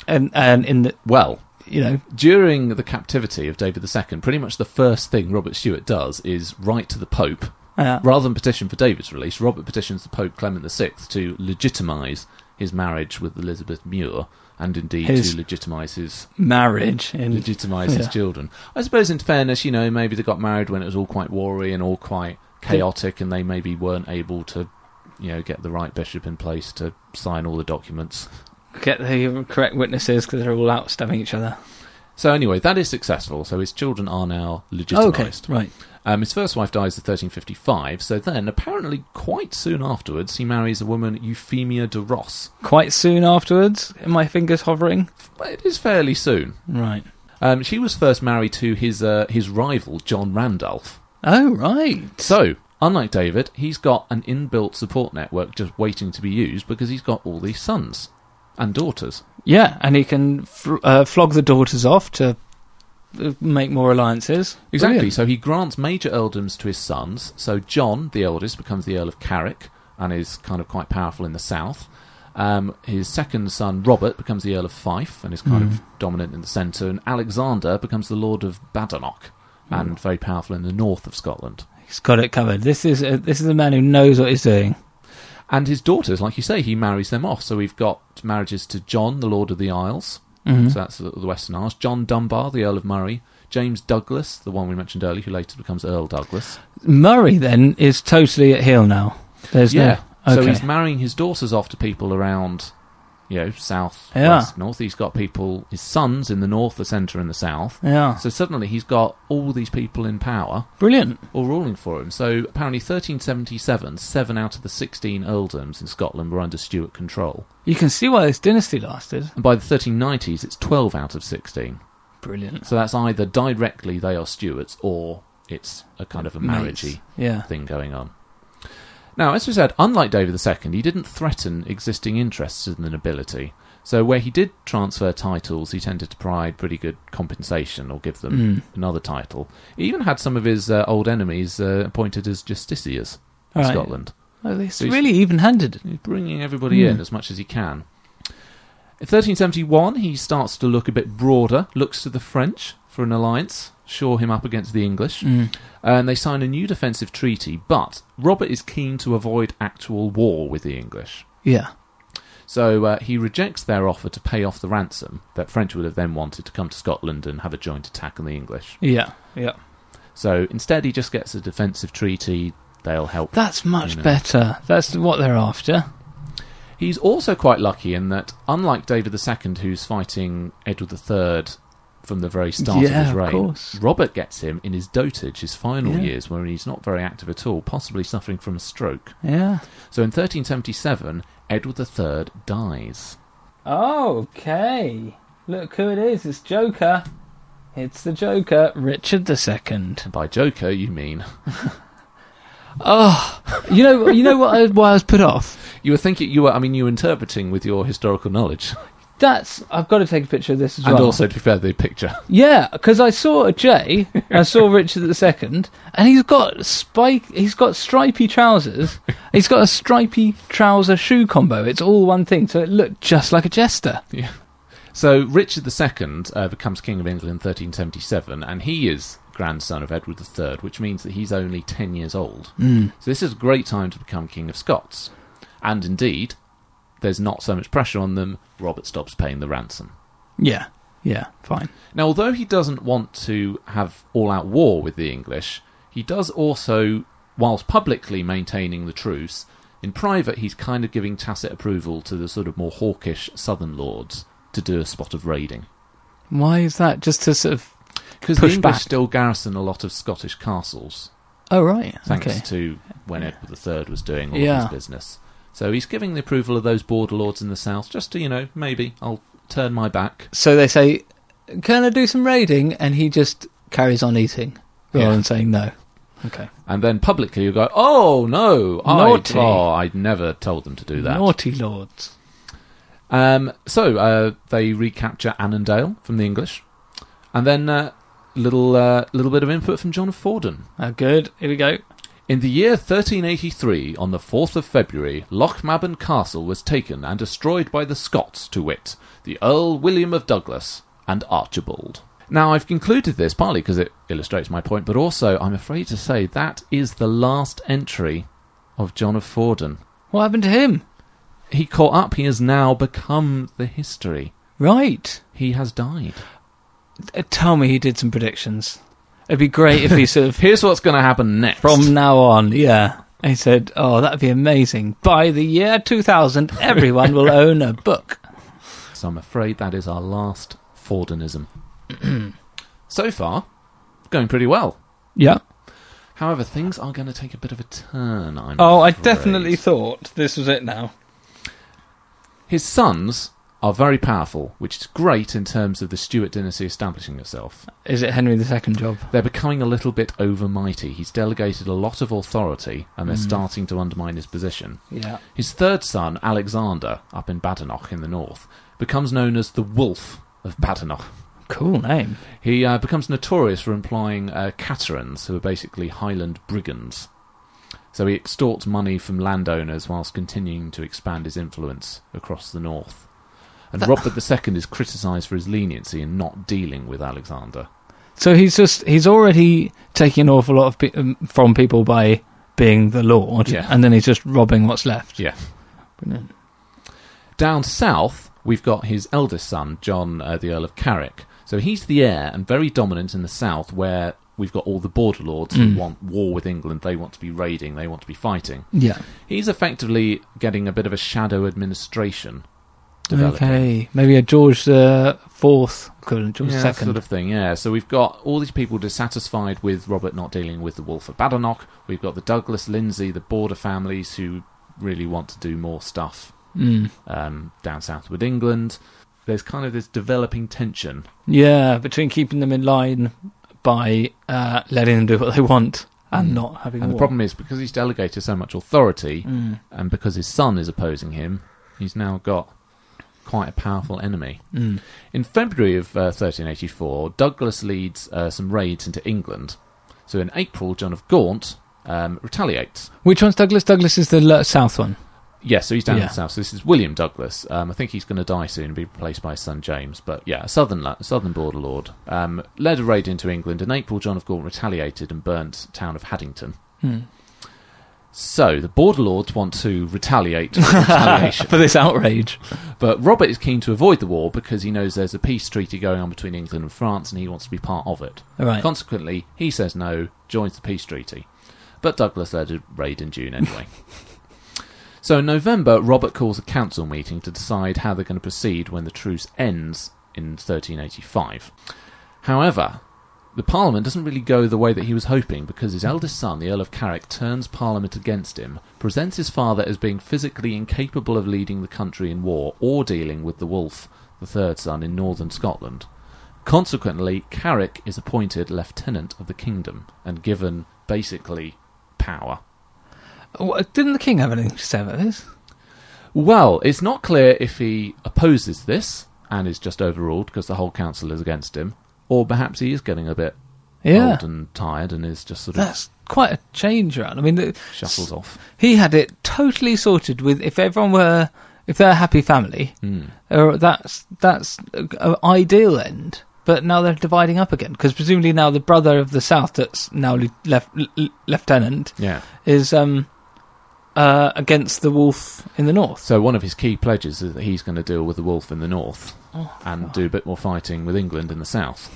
Speaker 4: and and in the
Speaker 3: Well,
Speaker 4: you know
Speaker 3: during the captivity of David II, pretty much the first thing Robert Stewart does is write to the Pope.
Speaker 4: Yeah.
Speaker 3: Rather than petition for David's release, Robert petitions the Pope Clement VI to legitimise his marriage with Elizabeth Muir and indeed
Speaker 4: His-
Speaker 3: to legitimise his
Speaker 4: marriage in
Speaker 3: legitimise his
Speaker 4: Yeah.
Speaker 3: children. I suppose, in fairness, you know, maybe they got married when it was all quite warry and all quite chaotic, and they maybe weren't able to, you know, get the right bishop in place to sign all the documents.
Speaker 4: get the correct witnesses because they're all out stabbing each other.
Speaker 3: So anyway, that is successful. So his children are now
Speaker 4: Okay,
Speaker 3: legitimised.
Speaker 4: right.
Speaker 3: Um, his first wife dies in 1355. So then, apparently, quite soon afterwards, he marries a woman, Euphemia de Ross.
Speaker 4: Quite soon afterwards, my fingers hovering.
Speaker 3: But it is fairly soon.
Speaker 4: Right.
Speaker 3: Um, she was first married to his uh, his rival John Randolph.
Speaker 4: Oh, right.
Speaker 3: So, unlike David, he's got an inbuilt support network just waiting to be used because he's got all these sons and daughters.
Speaker 4: Yeah, and he can fl- uh, flog the daughters off to uh, make more alliances.
Speaker 3: Exactly.
Speaker 4: Brilliant.
Speaker 3: So he grants major earldoms to his sons. So John, the eldest, becomes the Earl of Carrick and is kind of quite powerful in the south. Um, his second son, Robert, becomes the Earl of Fife and is kind of dominant in the centre. And Alexander becomes the Lord of Badenoch and very powerful in the north of Scotland.
Speaker 4: He's got it covered. This is a, this is a man who knows what he's doing.
Speaker 3: And his daughters, like you say, he marries them off. So we've got marriages to John, the Lord of the Isles.
Speaker 4: Hmm?
Speaker 3: So that's the the Western Isles. John Dunbar, the Earl of Murray. James Douglas, the one we mentioned earlier, who later becomes Earl Douglas.
Speaker 4: Murray then is totally at heel now. There's no
Speaker 3: So
Speaker 4: okay.
Speaker 3: he's marrying his daughters off to people around, you know, south,
Speaker 4: Yeah.
Speaker 3: west, north. He's got people, his sons in the north, the centre, and the south.
Speaker 4: yeah,
Speaker 3: So suddenly he's got all these people in power
Speaker 4: brilliant.
Speaker 3: all ruling for him. So apparently 1377, seven out of the 16 earldoms in Scotland were under Stuart control.
Speaker 4: You can see why this dynasty lasted.
Speaker 3: And by the 1390s, it's 12 out of 16.
Speaker 4: Brilliant.
Speaker 3: So that's either directly they are Stuarts or it's a kind of a marriagey
Speaker 4: Mates. Yeah.
Speaker 3: thing going on. Now, as we said, unlike David II, he didn't threaten existing interests in the nobility. So where he did transfer titles, he tended to provide pretty good compensation or give
Speaker 4: Mm.
Speaker 3: them another title. He even had some of his uh, old enemies uh, appointed as justiciars in
Speaker 4: Right.
Speaker 3: Scotland.
Speaker 4: Well, it's
Speaker 3: He's-
Speaker 4: really even-handed.
Speaker 3: He's bringing everybody
Speaker 4: Hmm.
Speaker 3: in as much as he can. In 1371, he starts to look a bit broader, looks to the French for an alliance, shore him up against the English,
Speaker 4: Hmm.
Speaker 3: and they sign a new defensive treaty. But Robert is keen to avoid actual war with the English.
Speaker 4: Yeah.
Speaker 3: So uh, he rejects their offer to pay off the ransom that French would have then wanted to come to Scotland and have a joint attack on the English.
Speaker 4: Yeah. Yeah.
Speaker 3: So instead, he just gets a defensive treaty. They'll help
Speaker 4: That's much
Speaker 3: You know.
Speaker 4: better. That's what they're after.
Speaker 3: He's also quite lucky in that, unlike David II, who's fighting Edward III from the very start
Speaker 4: Yeah,
Speaker 3: of his
Speaker 4: of
Speaker 3: reign,
Speaker 4: course.
Speaker 3: Robert gets him in his dotage, his final
Speaker 4: Yeah.
Speaker 3: years, where he's not very active at all, possibly suffering from a stroke.
Speaker 4: Yeah.
Speaker 3: So in 1377, Edward III dies.
Speaker 4: Okay. Look who it is. It's Joker. It's the Joker, Richard II.
Speaker 3: And by Joker, you mean.
Speaker 4: Oh, you know, you know what? I, why I was put off.
Speaker 3: You were thinking, you were, I mean, you were interpreting with your historical knowledge.
Speaker 4: That's. I've got to take a picture of this as
Speaker 3: And
Speaker 4: well.
Speaker 3: also, to be fair, the picture.
Speaker 4: yeah, because I saw a J. I saw Richard II, and he's got spike. He's got stripy trousers. He's got a stripy trouser shoe combo. It's all one thing, so it looked just like a jester.
Speaker 3: Yeah. So Richard II uh, becomes King of England in 1377, and he is grandson of Edward III, which means that he's only 10 years old. Mm. So this is a great time to become King of Scots. And indeed, there's not so much pressure on them. Robert stops paying the ransom.
Speaker 4: Yeah. Yeah. Fine.
Speaker 3: Now, although he doesn't want to have all out war with the English, he does also, whilst publicly maintaining the truce, in private he's kind of giving tacit approval to the sort of more hawkish southern lords to do a spot of raiding.
Speaker 4: Why is that? Just to sort of.
Speaker 3: Because the
Speaker 4: push
Speaker 3: English
Speaker 4: back.
Speaker 3: still garrison a lot of Scottish castles,
Speaker 4: Oh right.
Speaker 3: thanks
Speaker 4: okay.
Speaker 3: to when Edward III was doing all
Speaker 4: Yeah.
Speaker 3: of his business. So he's giving the approval of those border lords in the south, just to, you know, maybe I'll turn my back.
Speaker 4: So they say, "Can I do some raiding?" And he just carries on eating rather
Speaker 3: Yeah.
Speaker 4: than saying no. Okay.
Speaker 3: And then publicly you go, oh, no, I,
Speaker 4: Naughty.
Speaker 3: oh, I never told them to do that.
Speaker 4: Naughty lords.
Speaker 3: Um, so uh, they recapture Annandale from the English, and then uh, little uh, little bit of input from John Forden.
Speaker 4: Oh, good. Here we go.
Speaker 3: In the year 1383, on the 4th of February, Lochmaben Castle was taken and destroyed by the Scots, to wit, the Earl William of Douglas and Archibald. Now, I've concluded this partly because it illustrates my point, but also, I'm afraid to say, that is the last entry of John of Forden.
Speaker 4: What happened to him?
Speaker 3: He caught up, he has now become the history.
Speaker 4: Right.
Speaker 3: He has died.
Speaker 4: Uh, Tell me he did some predictions. It'd be great if he sort of
Speaker 3: Here's what's going to happen next.
Speaker 4: from now on, yeah. He said, "Oh, that'd be amazing. By the year 2000, everyone will own a book."
Speaker 3: So I'm afraid that is our last Fordenism. so far, going pretty well.
Speaker 4: Yeah.
Speaker 3: However, things are going to take a bit of a turn. I'm
Speaker 4: Oh, I
Speaker 3: afraid.
Speaker 4: definitely thought this was it now.
Speaker 3: His sons are very powerful, which is great in terms of the Stuart dynasty establishing itself.
Speaker 4: Is it Henry II job?
Speaker 3: They're becoming a little bit overmighty. He's delegated a lot of authority, and they're starting to undermine his position.
Speaker 4: Yeah.
Speaker 3: His third son, Alexander, up in Badenoch in the north, becomes known as the Wolf of Badenoch.
Speaker 4: Cool name.
Speaker 3: He uh, becomes notorious for employing uh, caterans, who are basically Highland brigands. So he extorts money from landowners whilst continuing to expand his influence across the north. And Robert II is criticised for his leniency in not dealing with Alexander.
Speaker 4: So he's just he's already taking an awful lot of pe- um, from people by being the lord,
Speaker 3: Yeah.
Speaker 4: and then he's just robbing what's left.
Speaker 3: Yeah.
Speaker 4: Brilliant.
Speaker 3: Down south, we've got his eldest son, John, uh, the Earl of Carrick. So he's the heir and very dominant in the south, where we've got all the border lords who want war with England. They want to be raiding, they want to be fighting.
Speaker 4: Yeah.
Speaker 3: He's effectively getting a bit of a shadow administration developing.
Speaker 4: Okay. Maybe a George the Fourth equivalent, George
Speaker 3: Yeah,
Speaker 4: the
Speaker 3: that
Speaker 4: Second.
Speaker 3: sort of thing, yeah. So we've got all these people dissatisfied with Robert not dealing with the Wolf of Badenoch. We've got the Douglas, Lindsay, the border families who really want to do more stuff
Speaker 4: Mm.
Speaker 3: um, down southward England. There's kind of this developing tension.
Speaker 4: Yeah, between keeping them in line by uh, letting them do what they want and not having
Speaker 3: Mm. And the
Speaker 4: war.
Speaker 3: problem is, because he's delegated so much authority,
Speaker 4: Mm.
Speaker 3: and because his son is opposing him, he's now got quite a powerful enemy.
Speaker 4: Mm.
Speaker 3: In February of uh, 1384, Douglas leads uh, some raids into England. So in April, John of Gaunt um, retaliates.
Speaker 4: Which one's Douglas? Douglas is the le- south one.
Speaker 3: Yes, so he's down in
Speaker 4: Yeah.
Speaker 3: the south. So this is William Douglas. Um, I think he's going to die soon and be replaced by his son James. But yeah, a southern la- southern border lord um, led a raid into England. In April, John of Gaunt retaliated and burnt town of Haddington.
Speaker 4: Hmm.
Speaker 3: So the border lords want to retaliate for the retaliation.
Speaker 4: For this outrage.
Speaker 3: But Robert is keen to avoid the war because he knows there's a peace treaty going on between England and France and he wants to be part of it.
Speaker 4: Right.
Speaker 3: Consequently, he says no, joins the peace treaty. But Douglas led a raid in June anyway. so in November, Robert calls a council meeting to decide how they're going to proceed when the truce ends in 1385. However, the Parliament doesn't really go the way that he was hoping because his eldest son, the Earl of Carrick, turns Parliament against him, presents his father as being physically incapable of leading the country in war or dealing with the wolf, the third son, in northern Scotland. Consequently, Carrick is appointed Lieutenant of the Kingdom and given basically power.
Speaker 4: What, didn't the king have anything to say about this?
Speaker 3: Well, it's not clear if he opposes this and is just overruled because the whole council is against him, or perhaps he is getting a bit
Speaker 4: Yeah.
Speaker 3: old and tired and is just sort of
Speaker 4: That's quite a change around. I mean, the,
Speaker 3: shuffles off.
Speaker 4: he had it totally sorted with if everyone were if they're a happy family
Speaker 3: Hmm.
Speaker 4: or that's that's an ideal end but now they're dividing up again because presumably now the brother of the south that's now le- left l- lieutenant
Speaker 3: Yeah.
Speaker 4: is um uh against the wolf in the north
Speaker 3: So one of his key pledges is that he's going to deal with the wolf in the north
Speaker 4: Oh.
Speaker 3: and do a bit more fighting with England in the south.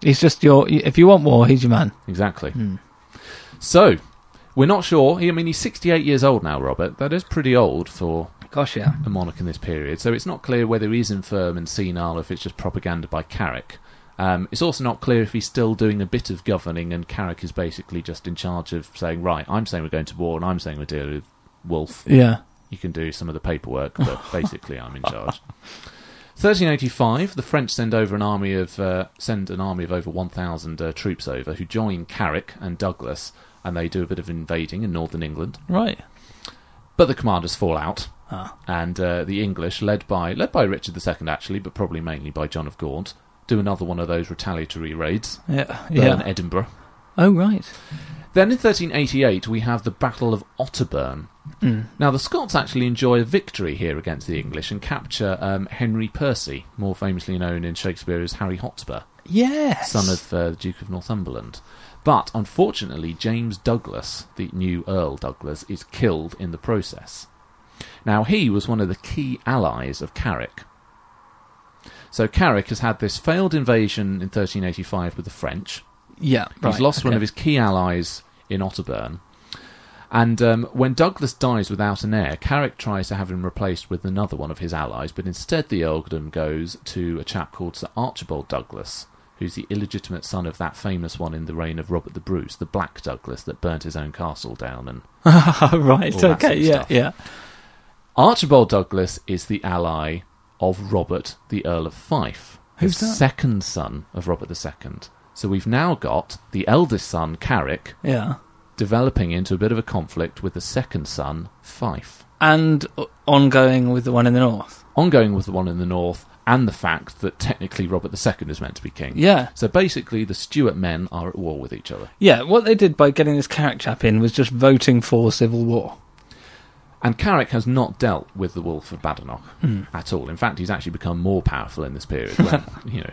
Speaker 4: he's just your if you want war he's your man
Speaker 3: Exactly. So we're not sure. He- I mean, he's 68 years old now, Robert. That is pretty old for
Speaker 4: gosh yeah
Speaker 3: a monarch in this period. So it's not clear whether he is infirm and senile, or if it's just propaganda by Carrick. Um, it's also not clear if he's still doing a bit of governing, and Carrick is basically just in charge of saying, "Right, I'm saying we're going to war, and I'm saying we're dealing with Wolf."
Speaker 4: yeah
Speaker 3: You can do some of the paperwork, but basically, I'm in charge. 1385, the French send over an army of uh, send an army of over 1,000 uh, troops over, who join Carrick and Douglas, and they do a bit of invading in northern England.
Speaker 4: right
Speaker 3: But the commanders fall out,
Speaker 4: Ah.
Speaker 3: and uh, the English, led by led by Richard II actually, but probably mainly by John of Gaunt, do another one of those retaliatory raids,
Speaker 4: Yeah.
Speaker 3: burn
Speaker 4: Yeah.
Speaker 3: Edinburgh.
Speaker 4: Oh right.
Speaker 3: Then in 1388, we have the Battle of Otterburn. Now, the Scots actually enjoy a victory here against the English and capture um, Henry Percy, more famously known in Shakespeare as Harry Hotspur,
Speaker 4: Yes.
Speaker 3: son of uh, the Duke of Northumberland. But unfortunately, James Douglas, the new Earl Douglas, is killed in the process. Now, he was one of the key allies of Carrick. So, Carrick has had this failed invasion in 1385 with the French,
Speaker 4: Yeah.
Speaker 3: He's lost one of his key allies in Otterburn. And um, when Douglas dies without an heir, Carrick tries to have him replaced with another one of his allies, but instead the earldom goes to a chap called Sir Archibald Douglas, who's the illegitimate son of that famous one in the reign of Robert the Bruce, the Black Douglas that burnt his own castle down. And
Speaker 4: right.
Speaker 3: all that sort
Speaker 4: okay.
Speaker 3: of
Speaker 4: Yeah.
Speaker 3: stuff.
Speaker 4: Yeah.
Speaker 3: Archibald Douglas is the ally of Robert the Earl of Fife,
Speaker 4: Who's
Speaker 3: the
Speaker 4: that?
Speaker 3: second son of Robert II. So we've now got the eldest son, Carrick,
Speaker 4: Yeah.
Speaker 3: developing into a bit of a conflict with the second son, Fife.
Speaker 4: And o- ongoing with the one in the north.
Speaker 3: Ongoing with the one in the north, and the fact that technically Robert II is meant to be king.
Speaker 4: Yeah.
Speaker 3: So basically, the Stuart men are at war with each other.
Speaker 4: Yeah. What they did by getting this Carrick chap in was just voting for civil war.
Speaker 3: And Carrick has not dealt with the Wolf of Badenoch at all. In fact, he's actually become more powerful in this period. When, you know.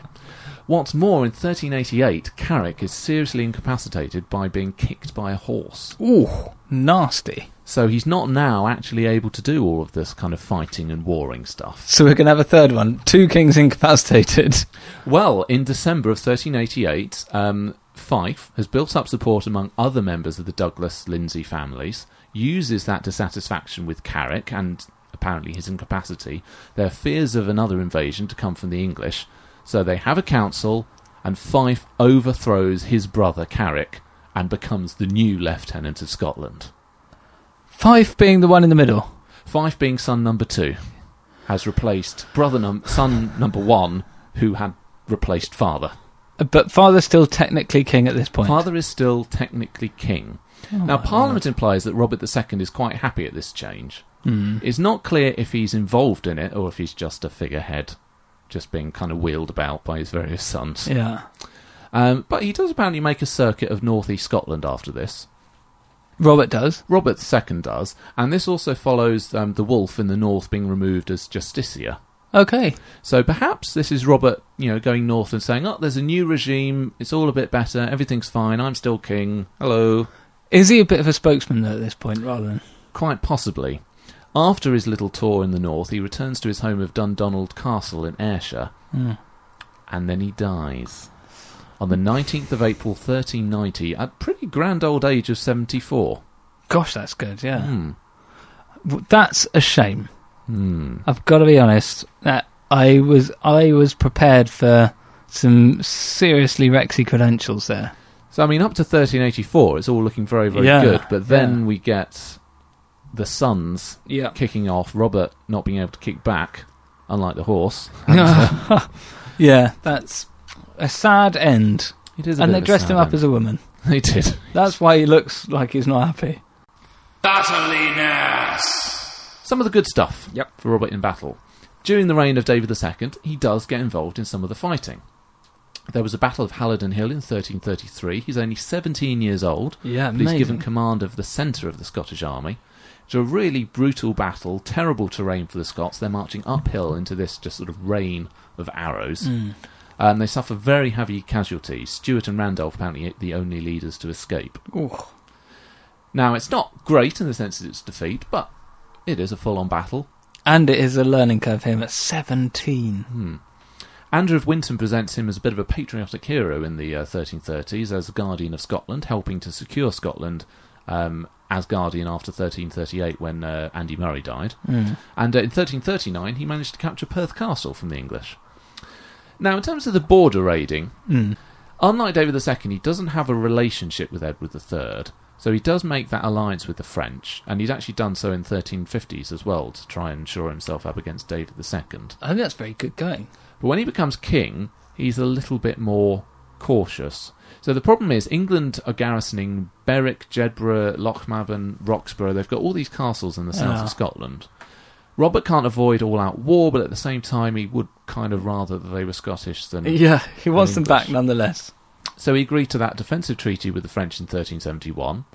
Speaker 3: What's more, in 1388, Carrick is seriously incapacitated by being kicked by a horse.
Speaker 4: Ooh, nasty.
Speaker 3: So he's not now actually able to do all of this kind of fighting and warring stuff.
Speaker 4: So we're gonna have a third one. Two kings incapacitated.
Speaker 3: Well, in December of 1388, um, Fife has built up support among other members of the Douglas Lindsay families, uses that dissatisfaction with Carrick and apparently his incapacity, their fears of another invasion to come from the English, so they have a council, and Fife overthrows his brother Carrick and becomes the new Lieutenant of Scotland.
Speaker 4: Fife being the one in the middle.
Speaker 3: Fife, being son number two, has replaced brother num- son number one, who had replaced father.
Speaker 4: But father's still technically king at this point.
Speaker 3: Father is still technically king. now, Parliament implies that Robert II is quite happy at this change. It's not clear if he's involved in it or if he's just a figurehead, just being kind of wheeled about by his various sons.
Speaker 4: Yeah.
Speaker 3: Um, but he does apparently make a circuit of North East Scotland after this.
Speaker 4: Robert does.
Speaker 3: Robert II does, and this also follows um, the wolf in the north being removed as justiciar.
Speaker 4: Okay.
Speaker 3: So perhaps this is Robert, you know, going north and saying, "Oh, there's a new regime. It's all a bit better. Everything's fine. I'm still king. Hello."
Speaker 4: Is he a bit of a spokesman though at this point, rather than
Speaker 3: Quite possibly. After his little tour in the north, he returns to his home of Dundonald Castle in Ayrshire,
Speaker 4: Hmm.
Speaker 3: and then he dies. On the 19th of April 1390, at pretty grand old age of 74.
Speaker 4: Gosh, that's good. Yeah,
Speaker 3: Hmm.
Speaker 4: W- that's a shame.
Speaker 3: Hmm.
Speaker 4: I've got to be honest. That I was I was prepared for some seriously Rexy credentials there.
Speaker 3: So, I mean, up to 1384, it's all looking very, very
Speaker 4: Yeah,
Speaker 3: good, but then
Speaker 4: yeah.
Speaker 3: we get the sons
Speaker 4: Yeah.
Speaker 3: kicking off, Robert not being able to kick back, unlike the horse.
Speaker 4: yeah, that's a sad end.
Speaker 3: It is a
Speaker 4: And
Speaker 3: bit
Speaker 4: they
Speaker 3: of a
Speaker 4: dressed him
Speaker 3: sad
Speaker 4: up as a
Speaker 3: end.
Speaker 4: woman.
Speaker 3: They did.
Speaker 4: That's why he looks like he's not happy.
Speaker 1: Battliness!
Speaker 3: some of the good stuff
Speaker 1: Yep.
Speaker 3: for Robert in battle. During the reign of David II, he does get involved in some of the fighting. There was a battle of Halidon Hill in 1333. He's only 17 years old,
Speaker 4: Yeah,
Speaker 3: but he's given command of the centre of the Scottish army. It's a really brutal battle, terrible terrain for the Scots. They're marching uphill into this just sort of rain of arrows. Um, they suffer very heavy casualties. Stuart and Randolph apparently the only leaders to escape. Now, it's not great in the sense that it's defeat, but it is a full-on battle.
Speaker 4: And it is a learning curve for him at seventeen.
Speaker 3: Andrew of Winton presents him as a bit of a patriotic hero in the uh, 1330s as guardian of Scotland, helping to secure Scotland um, as guardian after 1338 when uh, Andy Murray died. And uh, in 1339, he managed to capture Perth Castle from the English. Now, in terms of the border raiding, unlike David II, he doesn't have a relationship with Edward III. So he does make that alliance with the French, and he's actually done so in 1350s as well to try and shore himself up against David II.
Speaker 4: I think that's very good going.
Speaker 3: But when he becomes king, he's a little bit more cautious. So the problem is England are garrisoning Berwick, Jedburgh, Lochmaben, Roxburgh. They've got all these castles in the south
Speaker 4: Ah.
Speaker 3: of Scotland. Robert can't avoid all out war, but at the same time, he would kind of rather that they were Scottish than.
Speaker 4: Yeah, he wants them back
Speaker 3: English.
Speaker 4: nonetheless.
Speaker 3: So he agreed to that defensive treaty with the French in 1371,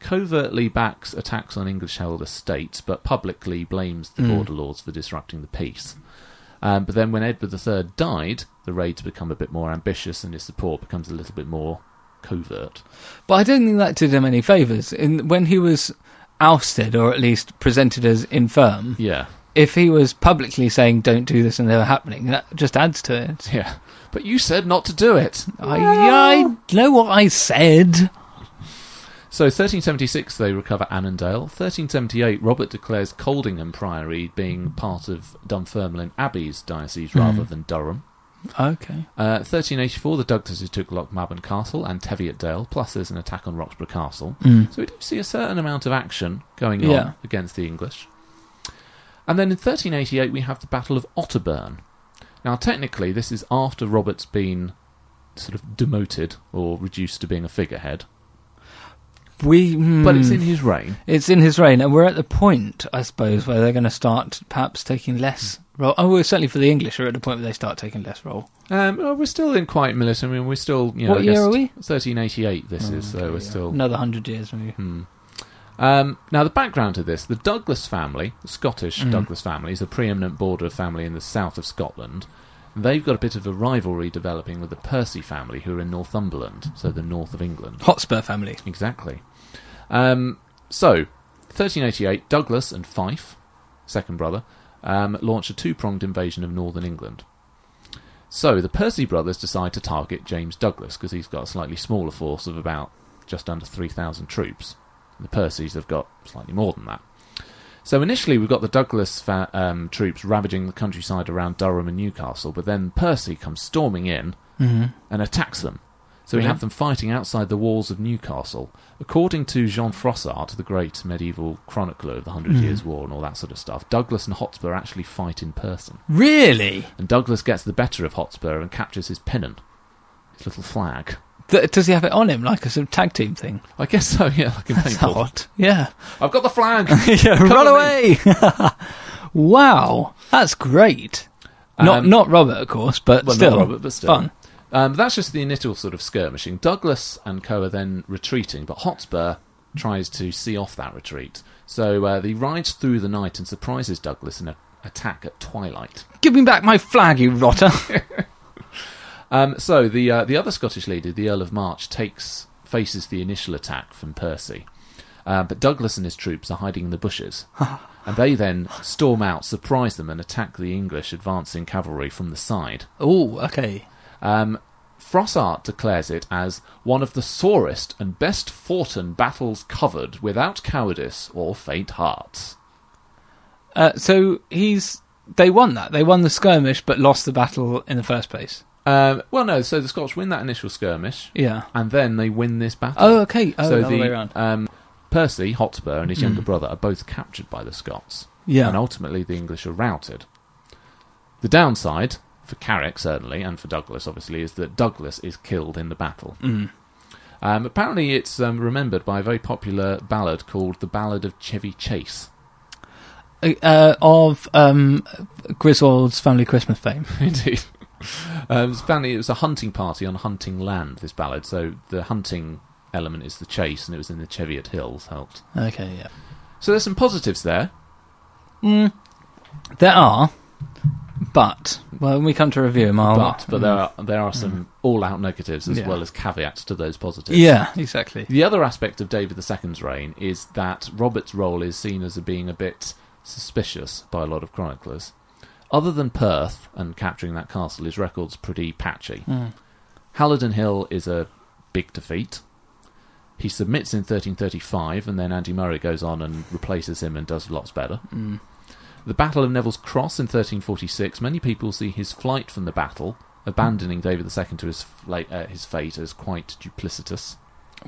Speaker 3: covertly backs attacks on English held estates, but publicly blames the border lords for disrupting the peace. Um, but then when Edward III died, the raids become a bit more ambitious and his support becomes a little bit more covert.
Speaker 4: But I don't think that did him any favours. In when he was ousted, or at least presented as infirm,
Speaker 3: Yeah.
Speaker 4: if he was publicly saying "Don't do this" and they were happening, that just adds to it.
Speaker 3: Yeah. But you said not to do it.
Speaker 4: I, I know what I said.
Speaker 3: So 1376 they recover Annandale. 1378 Robert declares Coldingham Priory being part of Dunfermline Abbey's diocese rather than Durham.
Speaker 4: Okay.
Speaker 3: Uh, 1384, the Douglases took Lochmaben Castle and Teviot Dale, plus there's an attack on Roxburgh Castle.
Speaker 4: Mm.
Speaker 3: So we do see a certain amount of action going on
Speaker 4: Yeah.
Speaker 3: against the English. And then in 1388, we have the Battle of Otterburn. Now, technically, this is after Robert's been sort of demoted or reduced to being a figurehead,
Speaker 4: We,
Speaker 3: but it's
Speaker 4: hmm.
Speaker 3: in his reign.
Speaker 4: It's in his reign, and we're at the point, I suppose, where they're going to start perhaps taking less role. Oh, well, certainly for the English, are at the point where they start taking less role.
Speaker 3: Um, well, we're still in quite militant. I mean, we're still, you know,
Speaker 4: What
Speaker 3: I
Speaker 4: year
Speaker 3: guess
Speaker 4: are we?
Speaker 3: 1388. This is so we're still
Speaker 4: Another hundred years, maybe.
Speaker 3: Um, now, the background to this the Douglas family, the Scottish Douglas family, is a preeminent border family in the south of Scotland. They've got a bit of a rivalry developing with the Percy family, who are in Northumberland, so the north of England.
Speaker 4: Hotspur family.
Speaker 3: Exactly. Um, so, 1388, Douglas and Fife, second brother, um, launched a two pronged invasion of northern England. So, the Percy brothers decide to target James Douglas because he's got a slightly smaller force of about just under 3,000 troops. The Percys have got slightly more than that. So, initially, we've got the Douglas fa- um, troops ravaging the countryside around Durham and Newcastle, but then Percy comes storming in and attacks them. So we
Speaker 4: Yeah.
Speaker 3: have them fighting outside the walls of Newcastle. According to Jean Froissart, the great medieval chronicler of the Hundred Years' War and all that sort of stuff, Douglas and Hotspur actually fight in person.
Speaker 4: Really?
Speaker 3: And Douglas gets the better of Hotspur and captures his pennant, his little flag.
Speaker 4: Th- does he have it on him, like a sort of tag team thing?
Speaker 3: I guess so, yeah, like in
Speaker 4: That's
Speaker 3: paintball.
Speaker 4: hot. Yeah.
Speaker 3: I've got the flag!
Speaker 4: yeah
Speaker 3: Come with
Speaker 4: run away! wow, that's great. Not
Speaker 3: Um,
Speaker 4: not Robert, of course, but
Speaker 3: Well,
Speaker 4: still,
Speaker 3: not Robert, but still.
Speaker 4: fun.
Speaker 3: Um, that's just the initial sort of skirmishing. Douglas and co are then retreating, but Hotspur tries to see off that retreat. So uh, he rides through the night and surprises Douglas in an attack at twilight.
Speaker 4: Give me back my flag, you rotter!
Speaker 3: Um, so the uh, the other Scottish leader, the Earl of March, takes faces the initial attack from Percy, uh, but Douglas and his troops are hiding in the bushes, and they then storm out, surprise them, and attack the English advancing cavalry from the side.
Speaker 4: oh, okay.
Speaker 3: Um, Froissart declares it as one of the sorest and best foughten battles covered without cowardice or faint hearts.
Speaker 4: Uh, so he's they won that. They won the skirmish, but lost the battle in the first place.
Speaker 3: Um, well, no, so the Scots win that initial skirmish,
Speaker 4: Yeah.
Speaker 3: and then they win this battle.
Speaker 4: Oh, okay. Oh,
Speaker 3: so
Speaker 4: the other
Speaker 3: the
Speaker 4: way around. Mm.
Speaker 3: Um, Percy Hotspur and his younger brother are both captured by the Scots,
Speaker 4: Yeah.
Speaker 3: and ultimately the English are routed. The downside for Carrick certainly, and for Douglas obviously, is that Douglas is killed in the battle.
Speaker 4: Mm.
Speaker 3: Um, apparently, it's um, remembered by a very popular ballad called "The Ballad of Chevy Chase."
Speaker 4: uh, of um, Griswold's family Christmas fame.
Speaker 3: Indeed. Um, apparently, it was a hunting party on hunting land. This ballad, so the hunting element is the chase, and it was in the Cheviot Hills. Helped.
Speaker 4: Okay, yeah.
Speaker 3: So there's some positives there.
Speaker 4: There are, but well, when we come to review them, I'll.
Speaker 3: but but there are there are some all out negatives as
Speaker 4: mm. Yeah.
Speaker 3: well as caveats to those positives.
Speaker 4: Mm. yeah, exactly.
Speaker 3: The other aspect of David II's reign is that Robert's role is seen as being a bit suspicious by a lot of chroniclers. Other than Perth and capturing that castle, his record's pretty patchy.
Speaker 4: Mm.
Speaker 3: Halidon Hill is a big defeat. He submits in 1335, and then Andy Murray goes on and replaces him and does lots better.
Speaker 4: Mm.
Speaker 3: The Battle of Neville's Cross in 1346, many people see his flight from the battle, abandoning David II to his, fla- uh, his fate, as quite duplicitous.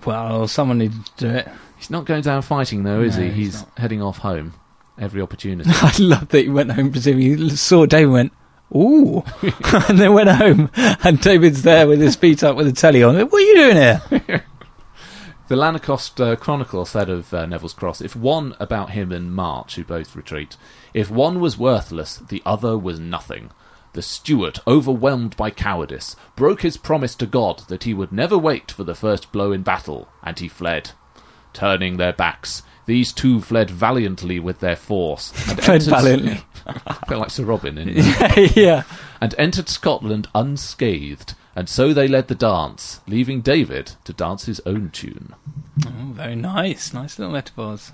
Speaker 4: Well, someone needed to do it.
Speaker 3: He's not going down fighting, though, is
Speaker 4: No,
Speaker 3: he?
Speaker 4: he's
Speaker 3: He's,
Speaker 4: not.
Speaker 3: heading off home every opportunity.
Speaker 4: I love that he went home, presumably he saw David and went, ooh, and then went home, and David's there with his feet up with the telly on. What are you doing here?
Speaker 3: The Lanacost uh, Chronicle said of uh, Neville's Cross if one about him and March, who both retreat, if one was worthless, the other was nothing. The steward, overwhelmed by cowardice, broke his promise to God that he would never wait for the first blow in battle, and he fled. Turning their backs, these two fled valiantly with their force. And
Speaker 4: Fled valiantly.
Speaker 3: a bit like Sir Robin in
Speaker 4: yeah.
Speaker 3: and entered Scotland unscathed, and so they led the dance, leaving David to dance his own tune.
Speaker 4: Oh, very nice. Nice little metaphors.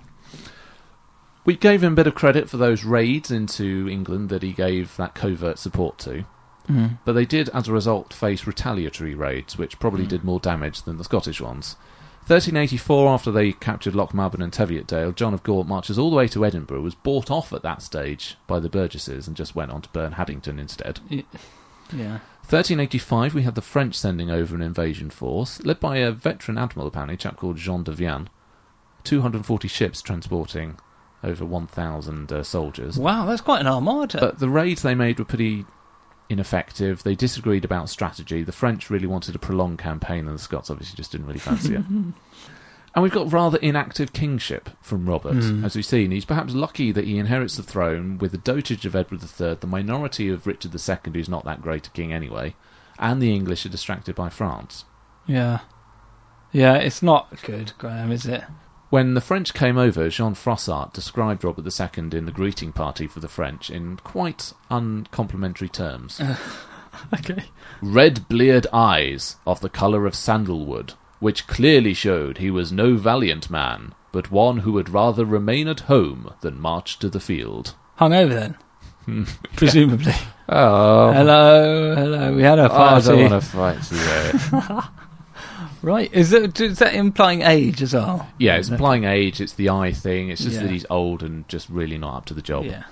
Speaker 3: We gave him a bit of credit for those raids into England that he gave that covert support to, but they did, as a result, face retaliatory raids, which probably did more damage than the Scottish ones. 1384, after they captured Lochmaben and Teviotdale, John of Gaunt marches all the way to Edinburgh, was bought off at that stage by the Burgesses and just went on to burn Haddington instead.
Speaker 4: Yeah.
Speaker 3: 1385, we had the French sending over an invasion force, led by a veteran admiral, apparently, a chap called Jean de Vienne. 240 ships transporting over 1,000 uh, soldiers.
Speaker 4: Wow, that's quite an armada.
Speaker 3: But the raids they made were pretty ineffective. They disagreed about strategy. The French really wanted a prolonged campaign, and the Scots obviously just didn't really fancy it. And we've got rather inactive kingship from Robert, as we've seen. He's perhaps lucky that he inherits the throne with the dotage of Edward III, the minority of Richard II, who's not that great a king anyway, and the English are distracted by France.
Speaker 4: yeah. Yeah, it's not good, Graham, is it?
Speaker 3: When the French came over, Jean Froissart described Robert II in the greeting party for the French in quite uncomplimentary terms.
Speaker 4: Okay.
Speaker 3: red bleared eyes of the colour of sandalwood, which clearly showed he was no valiant man, but one who would rather remain at home than march to the field.
Speaker 4: Hung over then. Hmm. Presumably. Oh,
Speaker 3: Oh,
Speaker 4: Hello, hello. We had a party.
Speaker 3: to fight eh? today.
Speaker 4: Right, is that, is that implying age as well?
Speaker 3: yeah, it's implying age, it's the eye thing, it's just
Speaker 4: Yeah.
Speaker 3: that he's old and just really not up to the job.
Speaker 4: Yeah.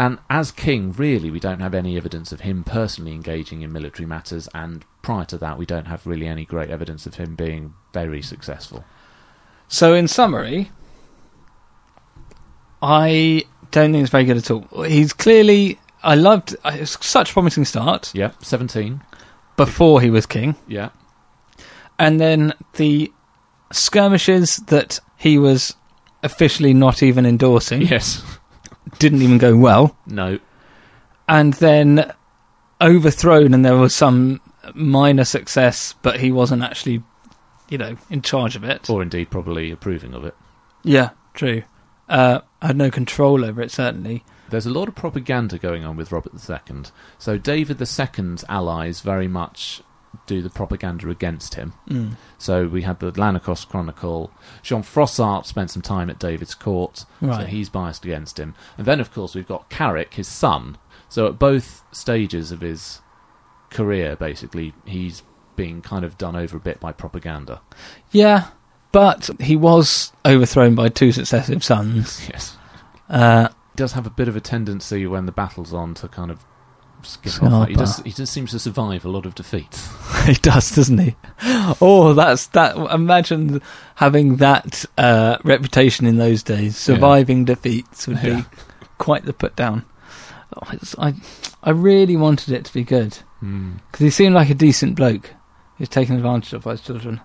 Speaker 3: And as king, really, we don't have any evidence of him personally engaging in military matters, and prior to that, we don't have really any great evidence of him being very successful.
Speaker 4: So, in summary, I don't think it's very good at all. He's clearly. I loved. It's such a promising start
Speaker 3: Yeah, 17.
Speaker 4: before he was king,
Speaker 3: Yeah.
Speaker 4: and then the skirmishes that he was officially not even endorsing
Speaker 3: Yes.
Speaker 4: didn't even go well,
Speaker 3: No.
Speaker 4: and then overthrown, and there was some minor success, but he wasn't actually, you know, in charge of it.
Speaker 3: Or indeed, probably approving of it.
Speaker 4: Yeah, true. Uh, had no control over it, certainly.
Speaker 3: There's a lot of propaganda going on with Robert II. So David II's allies very much do the propaganda against him.
Speaker 4: Mm.
Speaker 3: So we had the Lanarkos Chronicle. Jean Froissart spent some time at David's court, so
Speaker 4: Right.
Speaker 3: he's biased against him. And then, of course, we've got Carrick, his son. So at both stages of his career, basically, he's being kind of done over a bit by propaganda.
Speaker 4: Yeah, but he was overthrown by two successive sons.
Speaker 3: Yes.
Speaker 4: Uh,
Speaker 3: does have a bit of a tendency when the battle's on to kind of skip
Speaker 4: Skip
Speaker 3: off. He
Speaker 4: up.
Speaker 3: does, he does seem to survive a lot of defeats.
Speaker 4: he does, doesn't he? Oh, that's that. Imagine having that uh, reputation in those days. Surviving defeats would
Speaker 3: Yeah.
Speaker 4: be quite the put down. Oh, it's- I, I really wanted it to be good
Speaker 3: Mm.
Speaker 4: because he seemed like a decent bloke. He's taken advantage of by his children.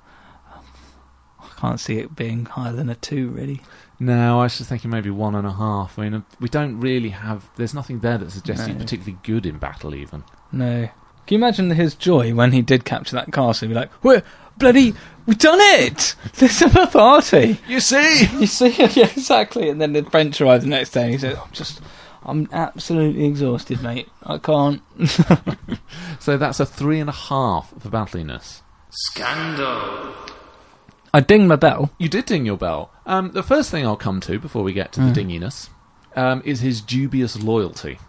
Speaker 4: I can't see it being higher than a two, really.
Speaker 3: No, I was just thinking maybe one and a half. I mean, uh, we don't really have. There's nothing there that suggests he's
Speaker 4: No.
Speaker 3: particularly good in battle, even.
Speaker 4: No. Can you imagine his joy when he did capture that castle? He'd be like, we're bloody, we've done it! Let's have a party!
Speaker 3: You see?
Speaker 4: You see? yeah, exactly. And then the French arrived the next day and he said, I'm just, I'm absolutely exhausted, mate. I can't.
Speaker 3: So that's a three and a half for battliness.
Speaker 1: Scandal.
Speaker 4: I ding my bell.
Speaker 3: You did ding your bell. Um, the first thing I'll come to before we get to the dinginess um, is his dubious loyalty.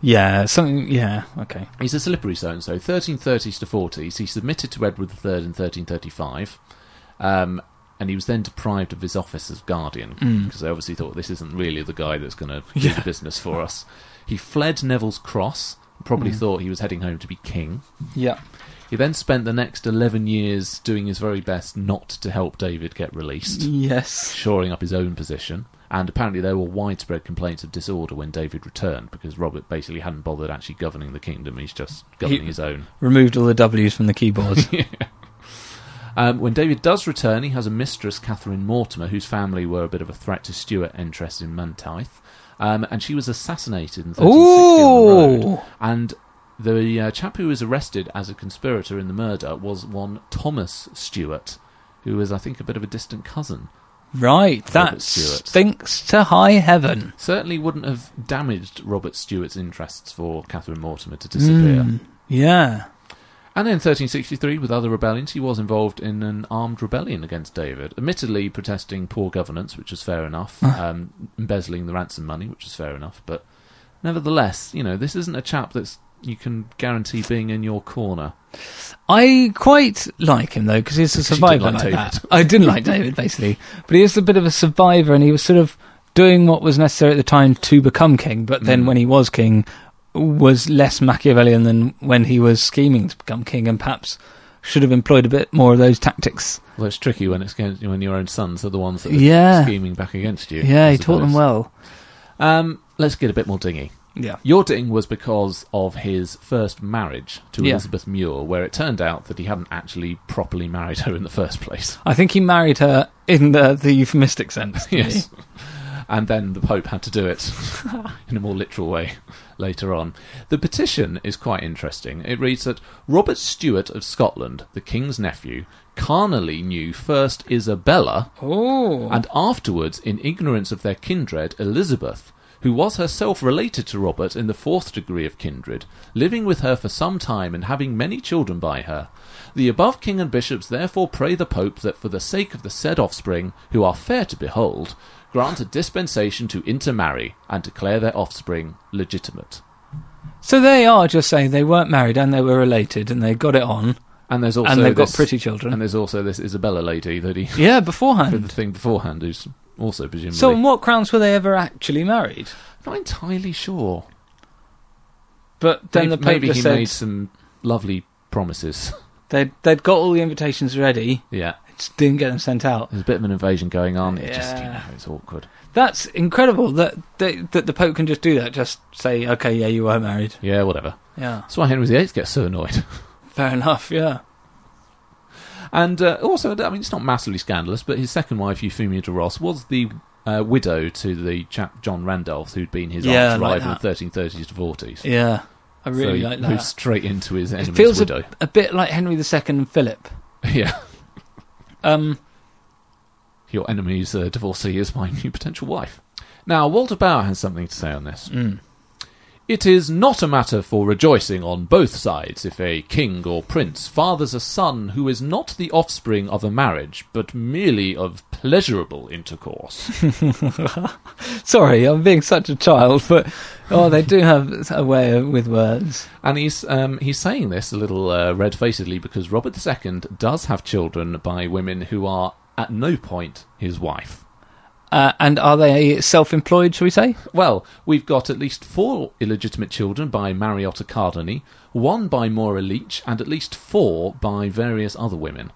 Speaker 4: Yeah, something, yeah, okay.
Speaker 3: He's a slippery zone, so 1330s to 40s. He submitted to Edward III in 1335, um, and he was then deprived of his office as guardian
Speaker 4: Mm.
Speaker 3: because they obviously thought this isn't really the guy that's going to do the business for us. He fled Neville's Cross, probably thought he was heading home to be king.
Speaker 4: Yeah.
Speaker 3: He then spent the next 11 years doing his very best not to help David get released,
Speaker 4: Yes.
Speaker 3: shoring up his own position. And apparently, there were widespread complaints of disorder when David returned because Robert basically hadn't bothered actually governing the kingdom, he's just governing his own.
Speaker 4: Removed all the W's from the keyboards.
Speaker 3: Um, when David does return, he has a mistress, Catherine Mortimer, whose family were a bit of a threat to Stuart interests in Monteith, um, and she was assassinated in 1360 on the
Speaker 4: Ooh.
Speaker 3: road. And the uh, chap who was arrested as a conspirator in the murder was one Thomas Stuart, who was, I think, a bit of a distant cousin.
Speaker 4: Right, that
Speaker 3: Robert Stewart.
Speaker 4: stinks to high heaven.
Speaker 3: Certainly wouldn't have damaged Robert Stuart's interests for Catherine Mortimer to disappear.
Speaker 4: Hmm. Mm. Yeah.
Speaker 3: And in 1363, with other rebellions, he was involved in an armed rebellion against David, admittedly protesting poor governance, which was fair enough,
Speaker 4: Ah.
Speaker 3: um, embezzling the ransom money, which was fair enough, but nevertheless, you know, this isn't a chap that's you can guarantee being in your corner.
Speaker 4: I quite like him though because he's a
Speaker 3: 'Cause you
Speaker 4: survivor
Speaker 3: didn't
Speaker 4: like
Speaker 3: like
Speaker 4: that. I didn't like David basically, but he is a bit of a survivor, and he was sort of doing what was necessary at the time to become king. But
Speaker 3: Mm.
Speaker 4: then when he was king, was less Machiavellian than when he was scheming to become king, and perhaps should have employed a bit more of those tactics.
Speaker 3: Well, it's tricky when it's against, when your own sons are the ones that are
Speaker 4: Yeah.
Speaker 3: scheming back against you.
Speaker 4: Yeah,
Speaker 3: I
Speaker 4: he taught them
Speaker 3: suppose.
Speaker 4: well.
Speaker 3: Um, let's get a bit more dingy.
Speaker 4: Yeah.
Speaker 3: Your ding was because of his first marriage to
Speaker 4: Yeah.
Speaker 3: Elizabeth Muir, where it turned out that he hadn't actually properly married her in the first place.
Speaker 4: I think he married her in the, the euphemistic sense. didn't
Speaker 3: yes. And then the Pope had to do it in a more literal way later on. The petition is quite interesting. It reads that Robert Stewart of Scotland, the King's nephew, carnally knew first Isabella
Speaker 4: he? Oh.
Speaker 3: and afterwards, in ignorance of their kindred, Elizabeth, who was herself related to Robert in the fourth degree of kindred, living with her for some time and having many children by her. The above king and bishops therefore pray the Pope that for the sake of the said offspring, who are fair to behold, grant a dispensation to intermarry and declare their offspring legitimate.
Speaker 4: So they are just saying they weren't married and they were related and they got it on
Speaker 3: And there's also
Speaker 4: and they've got
Speaker 3: this-
Speaker 4: pretty children.
Speaker 3: And there's also this Isabella lady that he
Speaker 4: yeah,
Speaker 3: did the
Speaker 4: beforehand.
Speaker 3: thing beforehand, who's also presumably
Speaker 4: So on what grounds were they ever actually married?
Speaker 3: not entirely sure.
Speaker 4: But then
Speaker 3: maybe,
Speaker 4: the Pope
Speaker 3: maybe
Speaker 4: just
Speaker 3: he
Speaker 4: said
Speaker 3: made some lovely promises.
Speaker 4: they'd, they'd got all the invitations ready,
Speaker 3: yeah,
Speaker 4: just didn't get them sent out.
Speaker 3: there's a bit of an invasion going on. It just you know,
Speaker 4: Yeah.
Speaker 3: it's awkward.
Speaker 4: That's incredible that, they, that the Pope can just do that, just say, okay, yeah, you were married.
Speaker 3: Yeah, whatever.
Speaker 4: Yeah,
Speaker 3: That's why Henry VIII gets so annoyed.
Speaker 4: fair enough, yeah.
Speaker 3: And uh, also, I mean, it's not massively scandalous, but his second wife, Euphemia de Ross, was the uh, widow to the chap John Randolph, who'd been his
Speaker 4: Yeah,
Speaker 3: arch
Speaker 4: like
Speaker 3: rival
Speaker 4: that.
Speaker 3: in 1330s to 40s.
Speaker 4: Yeah, I
Speaker 3: So
Speaker 4: really
Speaker 3: he
Speaker 4: like
Speaker 3: Moved
Speaker 4: that.
Speaker 3: straight into his
Speaker 4: It
Speaker 3: enemy's
Speaker 4: feels
Speaker 3: widow.
Speaker 4: a, a bit like Henry II and Philip.
Speaker 3: yeah,
Speaker 4: Um,
Speaker 3: your enemy's uh, divorcee is my new potential wife. Now, Walter Bauer has something to say on this. It is not a matter for rejoicing on both sides if a king or prince fathers a son who is not the offspring of a marriage, but merely of pleasurable intercourse.
Speaker 4: Sorry, I'm being such a child, but oh, they do have a way of, with words.
Speaker 3: and he's um, he's saying this a little uh, red-facedly because Robert II does have children by women who are at no point his wife.
Speaker 4: Uh, and are they self-employed? Shall we say?
Speaker 3: Well, we've got at least four illegitimate children by Mariotta Cardani, one by Moira Leach, and at least four by various other women.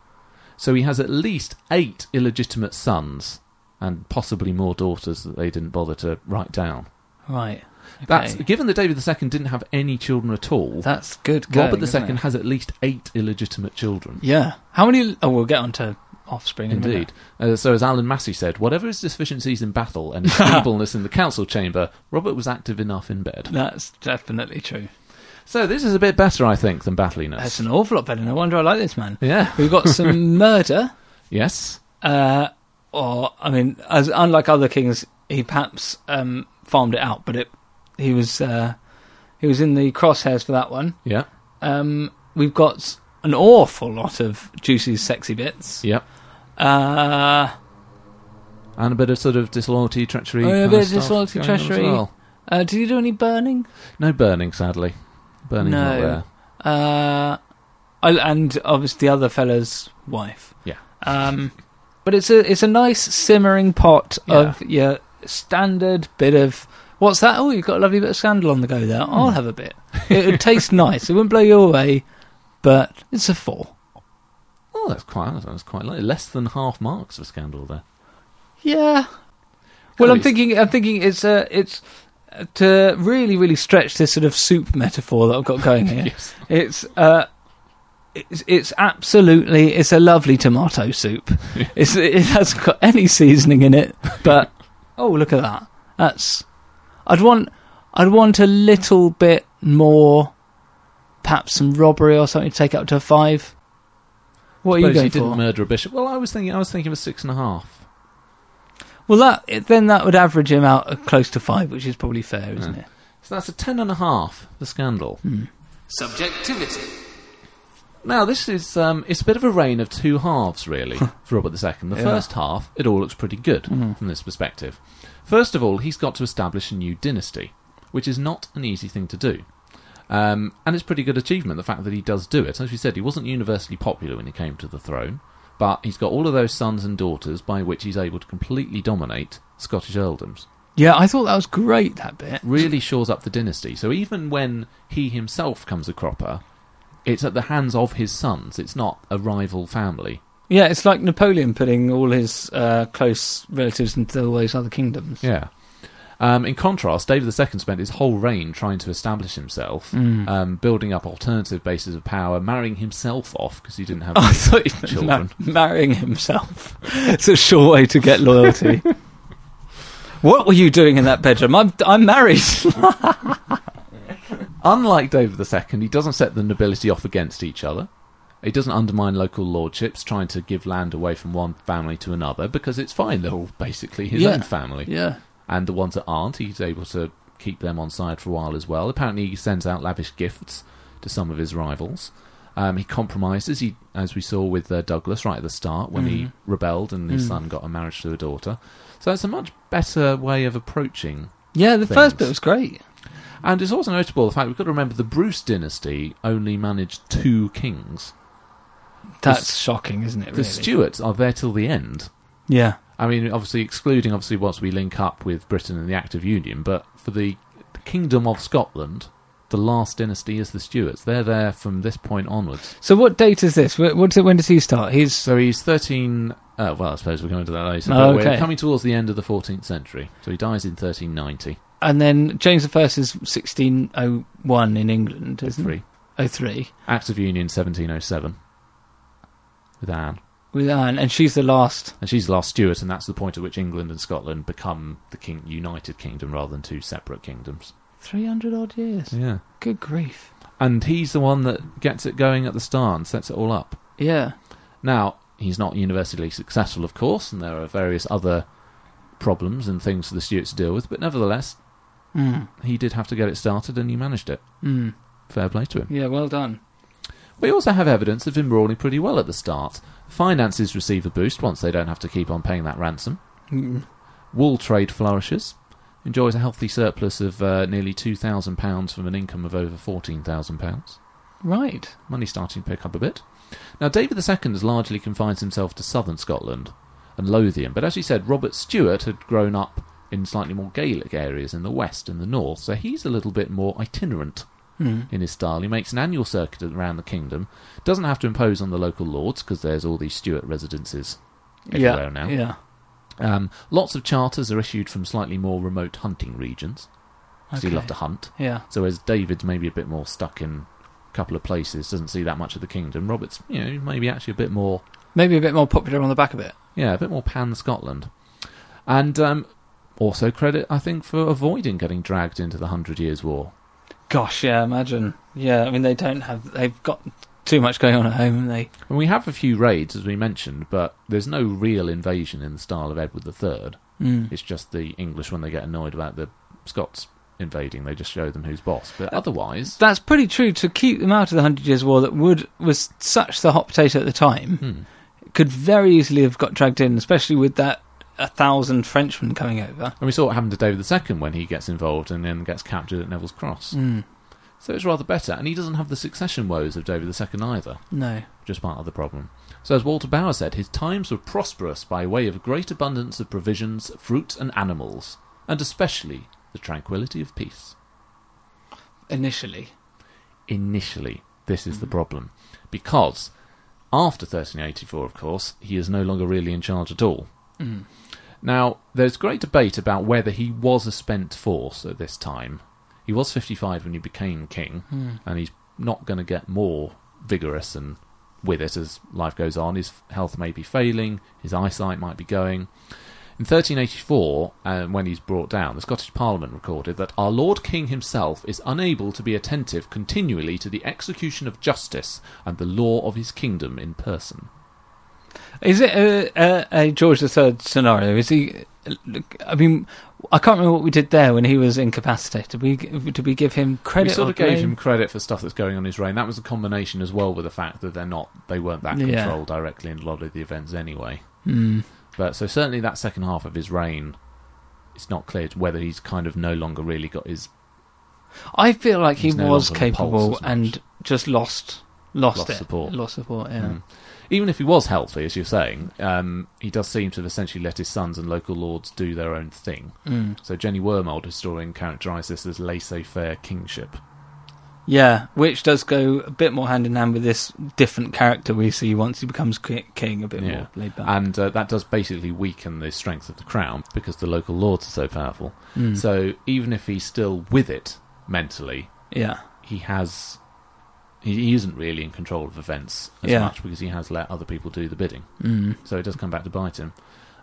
Speaker 3: So he has at least eight illegitimate sons, and possibly more daughters that they didn't bother to write down.
Speaker 4: Right.
Speaker 3: That's
Speaker 4: Okay.
Speaker 3: given that David II didn't have any children at all.
Speaker 4: That's good. Going,
Speaker 3: Robert
Speaker 4: isn't
Speaker 3: II
Speaker 4: it?
Speaker 3: has at least eight illegitimate children.
Speaker 4: Yeah. How many? Oh, we'll get on to offspring. in a minute.
Speaker 3: Indeed. Uh, so, as Alan Massey said, whatever his deficiencies in battle and his feebleness in the council chamber, Robert was active enough in bed.
Speaker 4: That's definitely true.
Speaker 3: So this is a bit better, I think, than
Speaker 4: That's
Speaker 3: battliness.
Speaker 4: an awful lot better. No wonder I like this man.
Speaker 3: Yeah.
Speaker 4: We've got some murder.
Speaker 3: Yes.
Speaker 4: Uh, or I mean, as unlike other kings, he perhaps um, farmed it out, but it he was uh, he was in the crosshairs for that one.
Speaker 3: Yeah.
Speaker 4: Um, we've got an awful lot of juicy, sexy bits.
Speaker 3: Yep.
Speaker 4: Uh,
Speaker 3: And a bit of sort of disloyalty, treachery.
Speaker 4: Oh, yeah, a
Speaker 3: kind
Speaker 4: bit of
Speaker 3: stuff
Speaker 4: disloyalty,
Speaker 3: going on as
Speaker 4: treachery.
Speaker 3: well.
Speaker 4: uh, did you do any burning?
Speaker 3: No burning, sadly. Burning's not
Speaker 4: No.
Speaker 3: there.
Speaker 4: Uh, I- and obviously the other fella's wife.
Speaker 3: Yeah.
Speaker 4: Um, but it's a it's a nice simmering pot
Speaker 3: Yeah.
Speaker 4: of your standard bit of what's that? Oh, you've got a lovely bit of scandal on the go there.
Speaker 3: Hmm.
Speaker 4: I'll have a bit. It would taste nice. It wouldn't blow you away, but it's a four.
Speaker 3: Oh, that's quite that's quite low. less than half marks for scandal there.
Speaker 4: Yeah. Well,
Speaker 3: Oh,
Speaker 4: I'm
Speaker 3: it's-
Speaker 4: thinking. I'm thinking it's uh, it's uh, to really really stretch this sort of soup metaphor that I've got going here.
Speaker 3: Yes.
Speaker 4: It's uh, it's, it's absolutely it's a lovely tomato soup. it's, it hasn't got any seasoning in it, but oh look at that. That's I'd want I'd want a little bit more, perhaps some robbery or something to take it up to a five. What are you
Speaker 3: Suppose
Speaker 4: going
Speaker 3: he didn't
Speaker 4: for?
Speaker 3: murder a bishop. Well, I was thinking, I was thinking of a six and a half.
Speaker 4: well, that it- then that would average him out at close to five, which is probably fair, isn't it?
Speaker 3: So that's a ten and a half. The scandal.
Speaker 1: Subjectivity.
Speaker 3: Now this is um, it's a bit of a reign of two halves, really, for Robert II. The first half, it all looks pretty good from this perspective. First of all, he's got to establish a new dynasty, which is not an easy thing to do. Um, and it's pretty good achievement, the fact that he does do it. As we said, he wasn't universally popular when he came to the throne, but he's got all of those sons and daughters by which he's able to completely dominate Scottish earldoms
Speaker 4: Yeah, I thought that was great. That bit.
Speaker 3: really shores up the dynasty. So even when he himself comes a cropper, it's at the hands of his sons. It's not a rival family.
Speaker 4: Yeah, it's like Napoleon putting all his uh, close relatives into all those other kingdoms.
Speaker 3: Yeah. Um, in contrast, David II spent his whole reign trying to establish himself, um, building up alternative bases of power, marrying himself off because he didn't have.
Speaker 4: I thought he was
Speaker 3: Children.
Speaker 4: marrying himself. It's a sure way to get loyalty. what were you doing in that bedroom? I'm I'm married.
Speaker 3: Unlike David II, he doesn't set the nobility off against each other. He doesn't undermine local lordships, trying to give land away from one family to another because it's fine. They're all basically his
Speaker 4: Yeah.
Speaker 3: own family.
Speaker 4: yeah.
Speaker 3: and the ones that aren't, he's able to keep them on side for a while as well. Apparently, he sends out lavish gifts to some of his rivals. Um, he compromises, he, as we saw with uh, Douglas right at the start when he rebelled and his son got a marriage to a daughter. So it's a much better way of approaching.
Speaker 4: Yeah, the first
Speaker 3: Things.
Speaker 4: bit was great.
Speaker 3: And it's also notable the fact we've got to remember the Bruce dynasty only managed two kings.
Speaker 4: That's
Speaker 3: s-
Speaker 4: shocking, isn't it? Really?
Speaker 3: The Stuarts are there till the end.
Speaker 4: yeah.
Speaker 3: I mean, obviously excluding obviously once we link up with Britain and the Act of Union, but for the Kingdom of Scotland, the last dynasty is the Stuarts. They're there from this point onwards.
Speaker 4: So what date is this? Wh- What's it? When does he start? He's uh,
Speaker 3: So he's thirteen. Uh, well, I suppose we're going to that later.
Speaker 4: Oh,
Speaker 3: but
Speaker 4: okay.
Speaker 3: We're coming towards the end of the 14th century, so he dies in 1390.
Speaker 4: and then James the First is sixteen oh one in England, isn't
Speaker 3: Three
Speaker 4: Oh three
Speaker 3: Act of Union 1707 with Anne,
Speaker 4: with Anne, and she's the last.
Speaker 3: and she's the last Stuart, and that's the point at which England and Scotland become the king- United Kingdom rather than two separate kingdoms.
Speaker 4: Three hundred odd years.
Speaker 3: Yeah.
Speaker 4: Good grief.
Speaker 3: and he's the one that gets it going at the start and sets it all up.
Speaker 4: Yeah.
Speaker 3: Now, he's not universally successful, of course, and there are various other problems and things for the Stuarts to deal with, but nevertheless,
Speaker 4: Mm.
Speaker 3: he did have to get it started and he managed it.
Speaker 4: Mm.
Speaker 3: Fair play to him.
Speaker 4: Yeah. Well done.
Speaker 3: We also have evidence of him rolling pretty well at the start. Finances receive a boost once they don't have to keep on paying that ransom.
Speaker 4: Mm.
Speaker 3: Wool trade flourishes. Enjoys a healthy surplus of uh, nearly £2,000 from an income of over £14,000.
Speaker 4: Right.
Speaker 3: money starting to pick up a bit. Now, David II has largely confines himself to southern Scotland and Lothian, but as you said, Robert Stewart had grown up in slightly more Gaelic areas in the west and the north, so he's a little bit more itinerant
Speaker 4: Mm.
Speaker 3: in his style. He makes an annual circuit around the kingdom, doesn't have to impose on the local lords because there's all these Stuart residences everywhere
Speaker 4: Yeah.
Speaker 3: now.
Speaker 4: Yeah.
Speaker 3: Um, lots of charters are issued from slightly more remote hunting regions because
Speaker 4: Okay.
Speaker 3: he loved to hunt.
Speaker 4: Yeah.
Speaker 3: So whereas David's maybe a bit more stuck in a couple of places, doesn't see that much of the kingdom. Robert's, you know, maybe actually a bit more,
Speaker 4: Maybe a bit more popular on the back of it.
Speaker 3: yeah, a bit more pan Scotland, and um, also credit I think for avoiding getting dragged into the Hundred Years' War.
Speaker 4: Gosh, yeah, imagine. Yeah, I mean they don't have they've got too much going on at home and they
Speaker 3: And we have a few raids as we mentioned, but there's no real invasion in the style of Edward III.
Speaker 4: mm.
Speaker 3: It's just the English when they get annoyed about the Scots invading, they just show them who's boss. But otherwise,
Speaker 4: That's pretty true to keep them out of the Hundred Years' War that would was such the hot potato at the time.
Speaker 3: hmm,
Speaker 4: Could very easily have got dragged in, especially with that a thousand Frenchmen coming over.
Speaker 3: and we saw what happened to David II when he gets involved and then gets captured at Neville's Cross.
Speaker 4: Mm.
Speaker 3: So it's rather better, and he doesn't have the succession woes of David II either,
Speaker 4: No.
Speaker 3: which is part of the problem. So, as Walter Bauer said, his times were prosperous by way of great abundance of provisions, fruit, and animals, and especially the tranquillity of peace.
Speaker 4: Initially.
Speaker 3: Initially, this is the problem, because after 1384, of course, he is no longer really in charge at all.
Speaker 4: Mm.
Speaker 3: Now, there's great debate about whether he was a spent force at this time. He was 55 when he became king, and he's not going to get more vigorous and with it as life goes on. His health may be failing, his eyesight might be going. In 1384, um, when he's brought down, the Scottish Parliament recorded that our Lord King himself is unable to be attentive continually to the execution of justice and the law of his kingdom in person.
Speaker 4: Is it a, a, a George III scenario? Is he? I mean, I can't remember what we did there when he was incapacitated. Did we did we give him credit?
Speaker 3: we sort
Speaker 4: or
Speaker 3: of gave
Speaker 4: blame?
Speaker 3: him credit for stuff that's going on in his reign. That was a combination as well with the fact that they're not they weren't that
Speaker 4: Yeah.
Speaker 3: controlled directly in a lot of the events anyway.
Speaker 4: Hmm.
Speaker 3: But so certainly that second half of his reign, it's not clear whether he's kind of no longer really got his
Speaker 4: I feel like he
Speaker 3: He's no
Speaker 4: was
Speaker 3: longer on the pulse
Speaker 4: capable
Speaker 3: as much.
Speaker 4: and just lost lost,
Speaker 3: Lost
Speaker 4: it.
Speaker 3: support.
Speaker 4: Lost support. Yeah.
Speaker 3: Mm. Even if he was healthy, as you're saying, um, he does seem to have essentially let his sons and local lords do their own thing.
Speaker 4: Mm.
Speaker 3: So Jenny Wormold, historian, characterised this as laissez-faire kingship.
Speaker 4: Yeah, which does go a bit more hand in hand with this different character we see once he becomes ki- king, a bit
Speaker 3: Yeah.
Speaker 4: more laid back.
Speaker 3: And uh, that does basically weaken the strength of the crown because the local lords are so powerful.
Speaker 4: Mm.
Speaker 3: So even if he's still with it mentally,
Speaker 4: yeah,
Speaker 3: he has... He he isn't really in control of events as
Speaker 4: Yeah.
Speaker 3: much because he has let other people do the bidding.
Speaker 4: mm.
Speaker 3: So it does come back to bite him.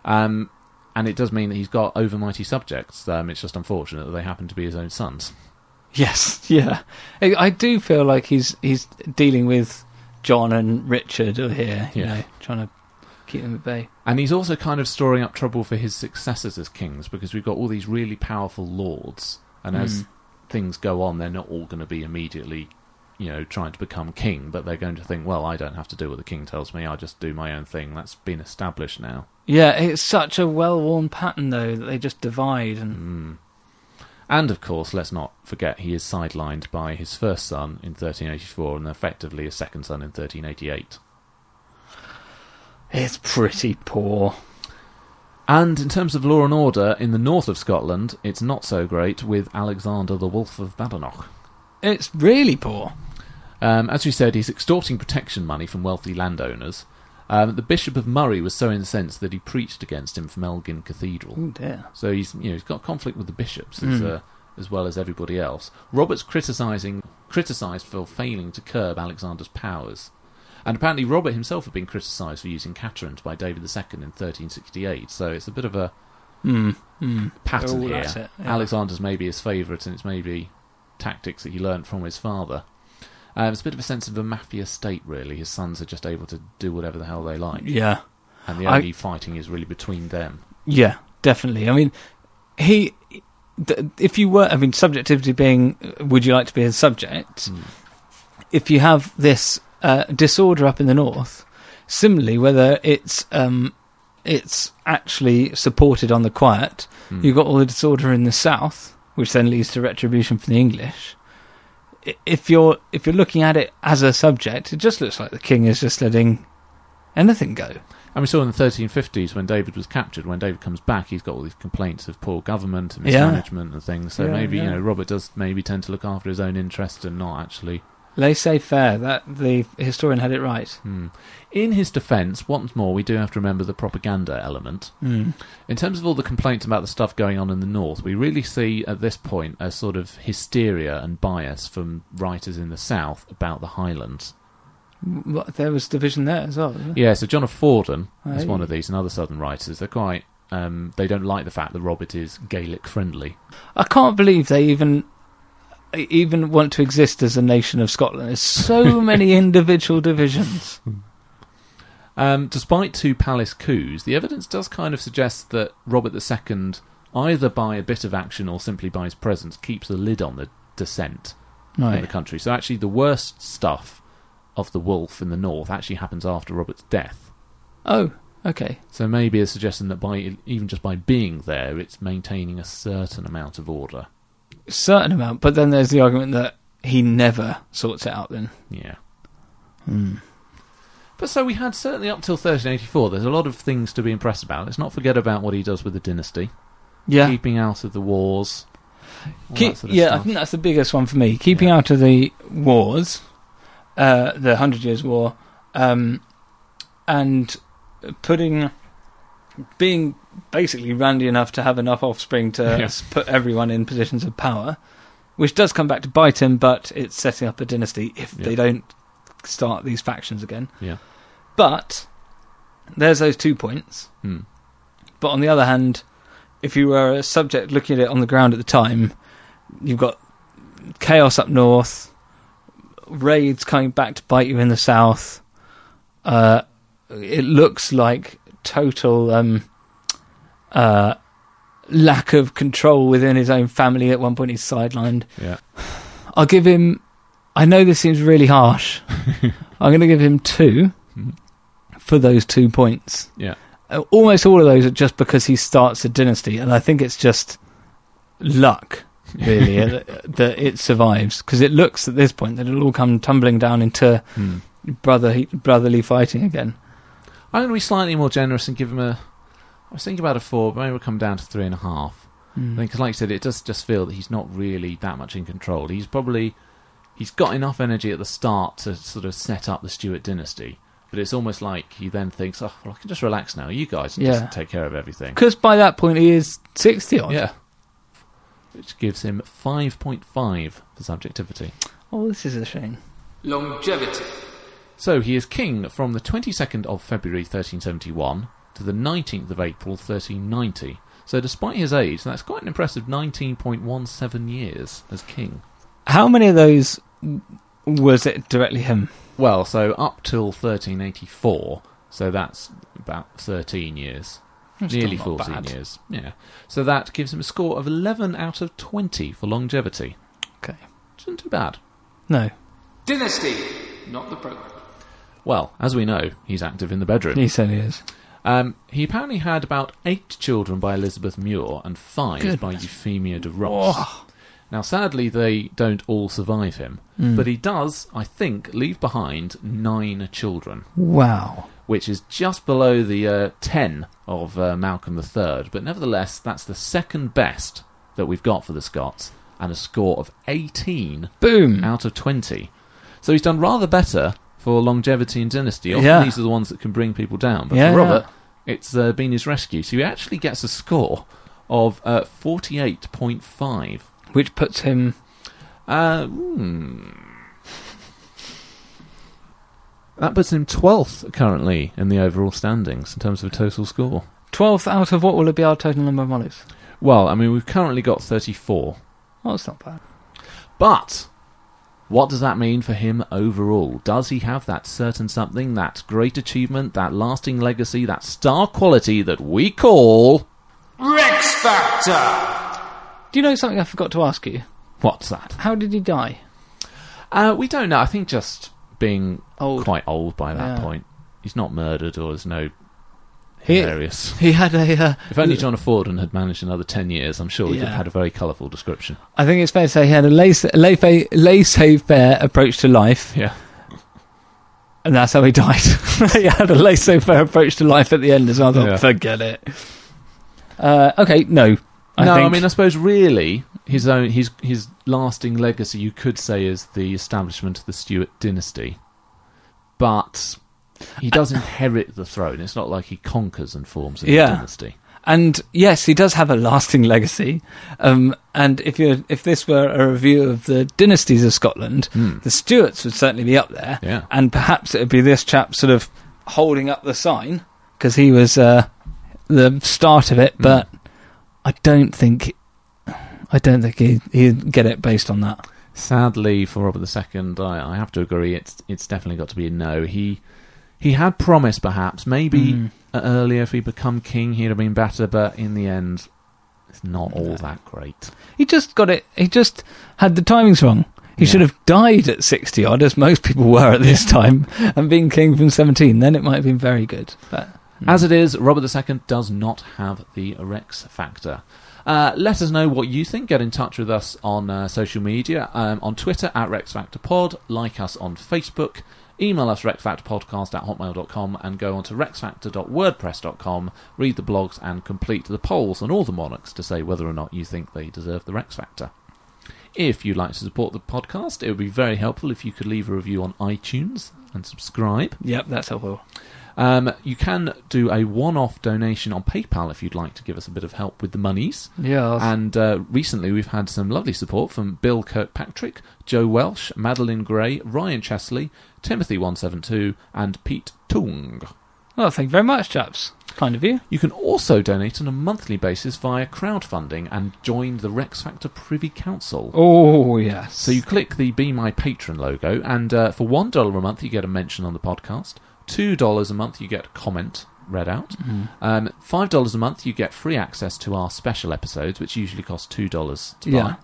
Speaker 3: Um, and it does mean that he's got overmighty subjects. Um, it's just unfortunate that they happen to be his own sons.
Speaker 4: yes, yeah. I, I do feel like he's he's dealing with John and Richard over here, you
Speaker 3: Yeah.
Speaker 4: know, trying to keep them at bay.
Speaker 3: And he's also kind of storing up trouble for his successors as kings because we've got all these really powerful lords. And as
Speaker 4: Mm.
Speaker 3: things go on, they're not all going to be immediately, you know, trying to become king, but they're going to think, well, I don't have to do what the king tells me. I just do my own thing. That's been established now.
Speaker 4: Yeah, it's such a well-worn pattern though that they just divide and
Speaker 3: Mm. And of course, let's not forget he is sidelined by his first son in 1384 and effectively a second son in 1388.
Speaker 4: it's pretty poor.
Speaker 3: And in terms of law and order, in the north of Scotland, it's not so great with Alexander the Wolf of Badenoch.
Speaker 4: It's really poor.
Speaker 3: Um, as we said, he's extorting protection money from wealthy landowners. Um, the Bishop of Murray was so incensed that he preached against him from Elgin Cathedral.
Speaker 4: Oh dear.
Speaker 3: So he's you know he's got conflict with the bishops as,
Speaker 4: Mm.
Speaker 3: uh, as well as everybody else. Robert's criticising criticised for failing to curb Alexander's powers, and apparently Robert himself had been criticised for using caterans by David II in 1368. So it's a bit of a
Speaker 4: Mm. Mm.
Speaker 3: pattern
Speaker 4: Oh,
Speaker 3: here.
Speaker 4: that's it, yeah.
Speaker 3: Alexander's maybe his favourite, and it's maybe tactics that he learnt from his father. Um, it's a bit of a sense of a mafia state, really. His sons are just able to do whatever the hell they like,
Speaker 4: Yeah.
Speaker 3: and the
Speaker 4: I-
Speaker 3: only fighting is really between them.
Speaker 4: Yeah, definitely. I mean, he. th- If you were, I mean, subjectivity being, would you like to be a subject?
Speaker 3: Mm.
Speaker 4: If you have this uh, disorder up in the north, similarly, whether it's um, it's actually supported on the quiet,
Speaker 3: Mm.
Speaker 4: you've got all the disorder in the south, which then leads to retribution from the English. I- If you're if you're looking at it as a subject, it just looks like the king is just letting anything go.
Speaker 3: And we saw in the 1350s when David was captured, when David comes back, he's got all these complaints of poor government and
Speaker 4: Yeah.
Speaker 3: mismanagement and things. So
Speaker 4: Yeah,
Speaker 3: maybe, you
Speaker 4: yeah.
Speaker 3: know, Robert does maybe tend to look after his own interests and not actually.
Speaker 4: Laissez faire. That the historian had it right.
Speaker 3: Hmm. In his defence, once more, we do have to remember the propaganda element.
Speaker 4: Mm.
Speaker 3: In terms of all the complaints about the stuff going on in the North, we really see at this point a sort of hysteria and bias from writers in the South about the Highlands.
Speaker 4: What, there was division there as well. wasn't there?
Speaker 3: Yeah, so John of Fordham is
Speaker 4: Aye.
Speaker 3: one of these, and other Southern writers. They're quite. Um, they don't like the fact that Robert is Gaelic friendly.
Speaker 4: I can't believe they even even want to exist as a nation of Scotland. There's so many individual divisions.
Speaker 3: Um, despite two palace coups, the evidence does kind of suggest that Robert II, either by a bit of action or simply by his presence, keeps a lid on the dissent in the
Speaker 4: Right.
Speaker 3: country. So actually, the worst stuff of the wolf in the north actually happens after Robert's death.
Speaker 4: Oh, okay.
Speaker 3: So maybe a suggestion that by even just by being there, it's maintaining a certain amount of order.
Speaker 4: Certain amount, but then there's the argument that he never sorts it out. Then.
Speaker 3: Yeah.
Speaker 4: Hmm.
Speaker 3: But so we had certainly up till 1384. There's a lot of things to be impressed about. Let's not forget about what he does with the dynasty,
Speaker 4: Yeah.
Speaker 3: keeping out of the wars. all
Speaker 4: Keep-
Speaker 3: that sort of
Speaker 4: yeah, I
Speaker 3: stuff.
Speaker 4: think that's the biggest one for me. Keeping out of the wars, uh, the Hundred Years' War, um, and putting, being basically randy enough to have enough offspring to
Speaker 3: Yeah.
Speaker 4: s- put everyone in positions of power, which does come back to bite him. But it's setting up a dynasty if
Speaker 3: Yeah.
Speaker 4: they don't start these factions again.
Speaker 3: Yeah.
Speaker 4: But there's those two points.
Speaker 3: Hmm.
Speaker 4: But on the other hand, if you were a subject looking at it on the ground at the time, you've got chaos up north, raids coming back to bite you in the south. Uh, it looks like total um, uh, lack of control within his own family. At one point, he's sidelined.
Speaker 3: Yeah.
Speaker 4: I'll give him. I know this seems really harsh. I'm going to give him two
Speaker 3: Mhm.
Speaker 4: for those two points.
Speaker 3: Yeah.
Speaker 4: Uh, Almost all of those are just because he starts a dynasty, and I think it's just luck, really, uh, that it survives. Because it looks at this point that it'll all come tumbling down into
Speaker 3: Hmm.
Speaker 4: brother brotherly fighting again.
Speaker 3: I'm going to be slightly more generous and give him a. I was thinking about a four, but maybe we'll come down to three and a half. I think, 'cause like I said, it does just feel that he's not really that much in control. He's probably he's got enough energy at the start to sort of set up the Stuart dynasty, but it's almost like he then thinks, "Oh, well, I can just relax now. You guys can
Speaker 4: Yeah.
Speaker 3: just take care of everything."
Speaker 4: Because by that point he is sixty odd.
Speaker 3: Yeah, which gives him five point five for subjectivity.
Speaker 4: Oh, this is a shame.
Speaker 1: Longevity.
Speaker 3: So he is king from the 22nd of February 1371 to the 19th of April 1390. So despite his age, that's quite an impressive 19.17 years as king.
Speaker 4: How many of those w- was it directly him?
Speaker 3: Well, so up till 1384, so that's about 13 years.
Speaker 4: still
Speaker 3: Nearly
Speaker 4: not
Speaker 3: 14
Speaker 4: bad.
Speaker 3: years. Yeah. So that gives him a score of 11 out of 20 for longevity.
Speaker 4: Okay.
Speaker 3: Which isn't too bad.
Speaker 4: No,
Speaker 1: Dynasty. Not the program.
Speaker 3: Well, as we know, he's active in the bedroom.
Speaker 4: he certainly is.
Speaker 3: Um, he apparently had about eight children by Elizabeth Muir and five by
Speaker 4: Goodness.
Speaker 3: Euphemia de Ross. Now, sadly, they don't all survive him,
Speaker 4: Hmm.
Speaker 3: but he does, I think, leave behind nine children,
Speaker 4: Wow.
Speaker 3: which is just below the uh, ten of uh, Malcolm III. But nevertheless, that's the second best that we've got for the Scots, and a score of 18
Speaker 4: Boom.
Speaker 3: out of 20. So he's done rather better for longevity and dynasty. Often
Speaker 4: Yeah.
Speaker 3: these are the ones that can bring people down. But
Speaker 4: Yeah,
Speaker 3: for Robert, it's uh, been his rescue. So he actually gets a score of uh, 48.5.
Speaker 4: Which puts him
Speaker 3: Uh, hmm. That puts him 12th currently in the overall standings in terms of total score.
Speaker 4: 12th out of what will be our total number of mollies.
Speaker 3: Well, I mean, we've currently got 34.
Speaker 4: Oh, it's not bad.
Speaker 3: But what does that mean for him overall? Does he have that certain something, that great achievement, that lasting legacy, that star quality that we call.
Speaker 1: Rex Factor.
Speaker 4: Do you know something I forgot to ask you?
Speaker 3: What's that?
Speaker 4: How did he die?
Speaker 3: Uh, we don't know. I think just being
Speaker 4: Old.
Speaker 3: quite old by that
Speaker 4: Yeah.
Speaker 3: point. He's not murdered or there's no
Speaker 4: He-
Speaker 3: hilarious.
Speaker 4: He had a. Uh,
Speaker 3: If only John Forden had managed another 10 years, I'm sure we would have
Speaker 4: Yeah.
Speaker 3: had a very colourful description.
Speaker 4: I think it's fair to say he had a laissez-faire approach to life,
Speaker 3: Yeah.
Speaker 4: and that's how he died. he had a laissez-faire approach to life at the end as well. I thought,
Speaker 3: Yeah.
Speaker 4: Forget it. Uh, okay, no. I
Speaker 3: no,
Speaker 4: think
Speaker 3: I mean, uh, I suppose really his own his his lasting legacy, you could say, is the establishment of the Stuart dynasty. But he does inherit the throne. It's not like he conquers and forms a new
Speaker 4: Yeah.
Speaker 3: dynasty.
Speaker 4: And yes, he does have a lasting legacy. Um, and if you if this were a review of the dynasties of Scotland, the Stuarts would certainly be up there.
Speaker 3: Hmm. Yeah.
Speaker 4: And perhaps it would be this chap sort of holding up the sign because he was uh, the start of it. But I don't think I don't think he he'd get it based on that.
Speaker 3: Sadly for Robert II, I, I have to agree. It's it's definitely got to be a no. He he had promised, perhaps, maybe Uh, earlier if he'd become king, he'd have been better. But in the end, it's not all that great.
Speaker 4: He just got it. He just had the timings wrong. He
Speaker 3: Yeah.
Speaker 4: should have died at 60 odd, as most people were at this time, and been king from 17. Then it might have been very good. But
Speaker 3: As it is, Robert II does not have the Rex factor. Uh, let us know what you think. Get in touch with us on uh, social media, um, on Twitter at RexFactorPod, like us on Facebook, email us RexFactorPodcast at hotmail.com, and go on to RexFactor.wordpress.com, read the blogs, and complete the polls on all the monarchs to say whether or not you think they deserve the Rex Factor. If you'd like to support the podcast, it would be very helpful if you could leave a review on iTunes and subscribe.
Speaker 4: Yep, that's helpful.
Speaker 3: Um, you can do a one off donation on PayPal if you'd like to give us a bit of help with the monies.
Speaker 4: Yeah.
Speaker 3: And uh, recently we've had some lovely support from Bill Kirkpatrick, Joe Welsh, Madeline Gray, Ryan Chesley, Timothy172, and Pete Tung.
Speaker 4: Well, thank you very much, chaps. Kind of you.
Speaker 3: You can also donate on a monthly basis via crowdfunding and join the Rex Factor Privy Council.
Speaker 4: Oh, yes.
Speaker 3: So you click the Be My Patron logo, and uh, for one dollar a month, you get a mention on the podcast. Two dollars a month, you get a comment read out. Um, Five dollars a month, you get free access to our special episodes, which usually cost two dollars to
Speaker 4: Yeah.
Speaker 3: buy.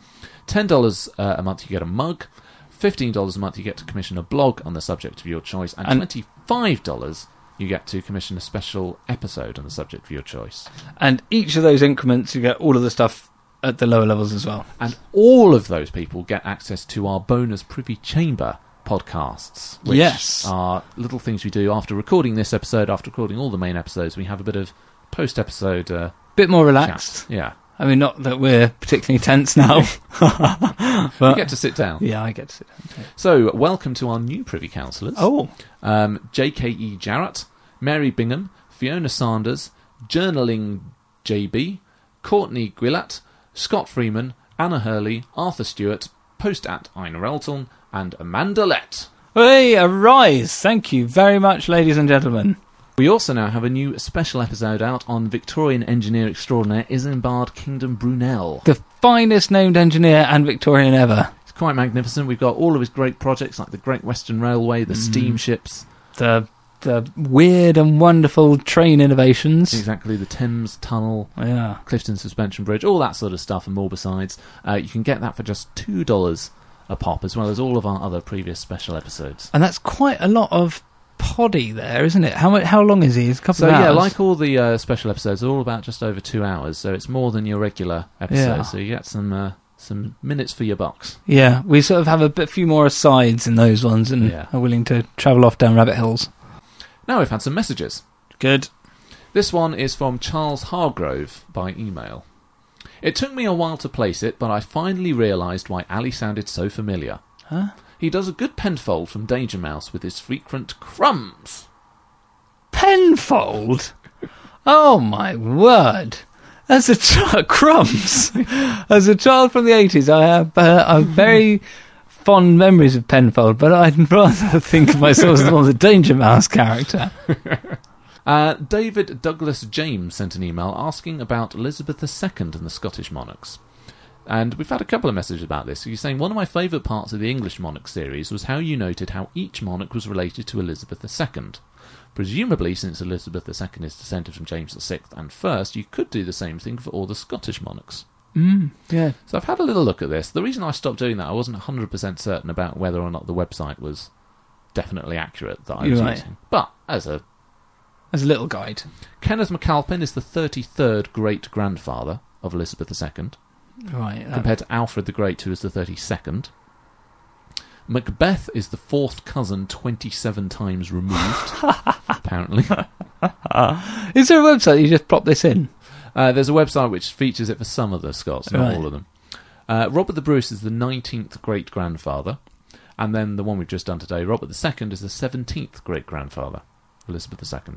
Speaker 3: Ten dollars uh, a month, you get a mug. Fifteen dollars a month, you get to commission a blog on the subject of your choice, and,
Speaker 4: And-
Speaker 3: twenty-five dollars. You get to commission a special episode on the subject of your choice.
Speaker 4: And each of those increments, you get all of the stuff at the lower levels as well.
Speaker 3: And all of those people get access to our bonus Privy Chamber podcasts, which
Speaker 4: Yes.
Speaker 3: are little things we do after recording this episode, after recording all the main episodes. We have a bit of post episode uh,
Speaker 4: Bit more
Speaker 3: chat.
Speaker 4: relaxed.
Speaker 3: Yeah.
Speaker 4: I mean, not that we're particularly tense now.
Speaker 3: You
Speaker 4: but
Speaker 3: get to sit down.
Speaker 4: Uh, yeah, I get to sit down.
Speaker 3: So, welcome to our new Privy Councillors
Speaker 4: Oh,
Speaker 3: um, JKE Jarrett, Mary Bingham, Fiona Sanders, Journaling JB, Courtney Gwillett, Scott Freeman, Anna Hurley, Arthur Stewart, Post at Ina Elton, and Amanda Lett.
Speaker 4: hey, arise! Thank you very much, ladies and gentlemen.
Speaker 3: We also now have a new special episode out on Victorian engineer extraordinaire Isambard Kingdom Brunel.
Speaker 4: The finest named engineer and Victorian ever.
Speaker 3: It's quite magnificent. We've got all of his great projects like the Great Western Railway, the steamships,
Speaker 4: The the weird and wonderful train innovations.
Speaker 3: exactly the Thames Tunnel,
Speaker 4: Yeah.
Speaker 3: Clifton Suspension Bridge, all that sort of stuff, and more besides. Uh, you can get that for just two dollars a pop, as well as all of our other previous special episodes.
Speaker 4: And that's quite a lot of poddy there, isn't it? How mu- how long is he? It's a couple
Speaker 3: So
Speaker 4: of hours.
Speaker 3: yeah, like all the uh, special episodes, they're all about just over two hours, so it's more than your regular episode.
Speaker 4: Yeah.
Speaker 3: So you get some uh, some minutes for your bucks.
Speaker 4: Yeah, we sort of have a bit, few more asides in those ones and
Speaker 3: Yeah.
Speaker 4: are willing to travel off down rabbit holes.
Speaker 3: Now we've had some messages.
Speaker 4: Good.
Speaker 3: This one is from Charles Hargrove by email. It took me a while to place it, but I finally realised why Ali sounded so familiar.
Speaker 4: Huh?
Speaker 3: He does a good penfold from Danger Mouse with his frequent crumbs.
Speaker 4: Penfold? Oh my word. As a child, crumbs. As a child from the 80s, I have, uh, I have very fond memories of Penfold, but I'd rather think of myself as more the Danger Mouse character.
Speaker 3: Uh, David Douglas James sent an email asking about Elizabeth II and the Scottish monarchs. And we've had a couple of messages about this. He's saying one of my favourite parts of the English monarch series was how you noted how each monarch was related to Elizabeth II. Presumably, since Elizabeth II is descended from James VI and I, you could do the same thing for all the Scottish monarchs.
Speaker 4: Mm, Yeah.
Speaker 3: So I've had a little look at this. The reason I stopped doing that, I wasn't 100% certain about whether or not the website was definitely accurate that I was
Speaker 4: You're right.
Speaker 3: using. But as a
Speaker 4: As a little guide.
Speaker 3: Kenneth MacAlpin is the 33rd great grandfather of Elizabeth II,
Speaker 4: Right. that-
Speaker 3: compared to Alfred the Great, who is the 32nd. Macbeth is the fourth cousin 27 times removed, apparently.
Speaker 4: Is there a website you just plop this in?
Speaker 3: Uh, there's a website which features it for some of the Scots, not
Speaker 4: Right.
Speaker 3: all of them. Uh, Robert the Bruce is the 19th great grandfather, and then the one we've just done today, Robert II, is the 17th great grandfather, Elizabeth II.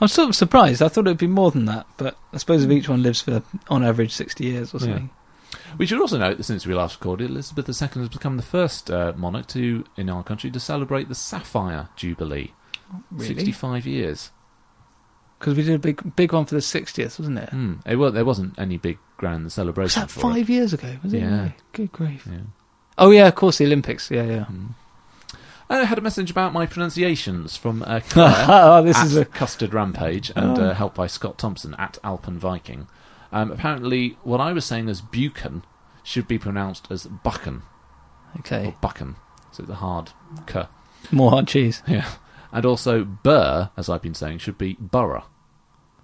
Speaker 4: I'm sort of surprised. I thought it would be more than that, but I suppose if each one lives for, on average, 60 years or
Speaker 3: Yeah.
Speaker 4: something.
Speaker 3: We should also note that since we last recorded, Elizabeth II has become the first uh, monarch to in our country to celebrate the Sapphire Jubilee.
Speaker 4: Really?
Speaker 3: Sixty-five years.
Speaker 4: Because we did a big big one for the 60th, wasn't it?
Speaker 3: Hmm. It, well, there wasn't any big grand celebration.
Speaker 4: Was that
Speaker 3: for
Speaker 4: five
Speaker 3: it.
Speaker 4: years ago? Was it?
Speaker 3: Yeah.
Speaker 4: really? Good grief.
Speaker 3: Yeah. Hmm.
Speaker 4: Oh, yeah, of course, the Olympics. Yeah, yeah.
Speaker 3: I had a message about my pronunciations from uh, Claire
Speaker 4: oh, this
Speaker 3: at
Speaker 4: is a. Oh.
Speaker 3: Custard Rampage and uh, helped by Scott Thompson at Alpen Viking. Um, apparently, what I was saying as Buchan should be pronounced as Buchan
Speaker 4: Okay.
Speaker 3: or Buchan. So the hard K.
Speaker 4: More hard cheese.
Speaker 3: Yeah. And also, Burr, as I've been saying, should be Borough.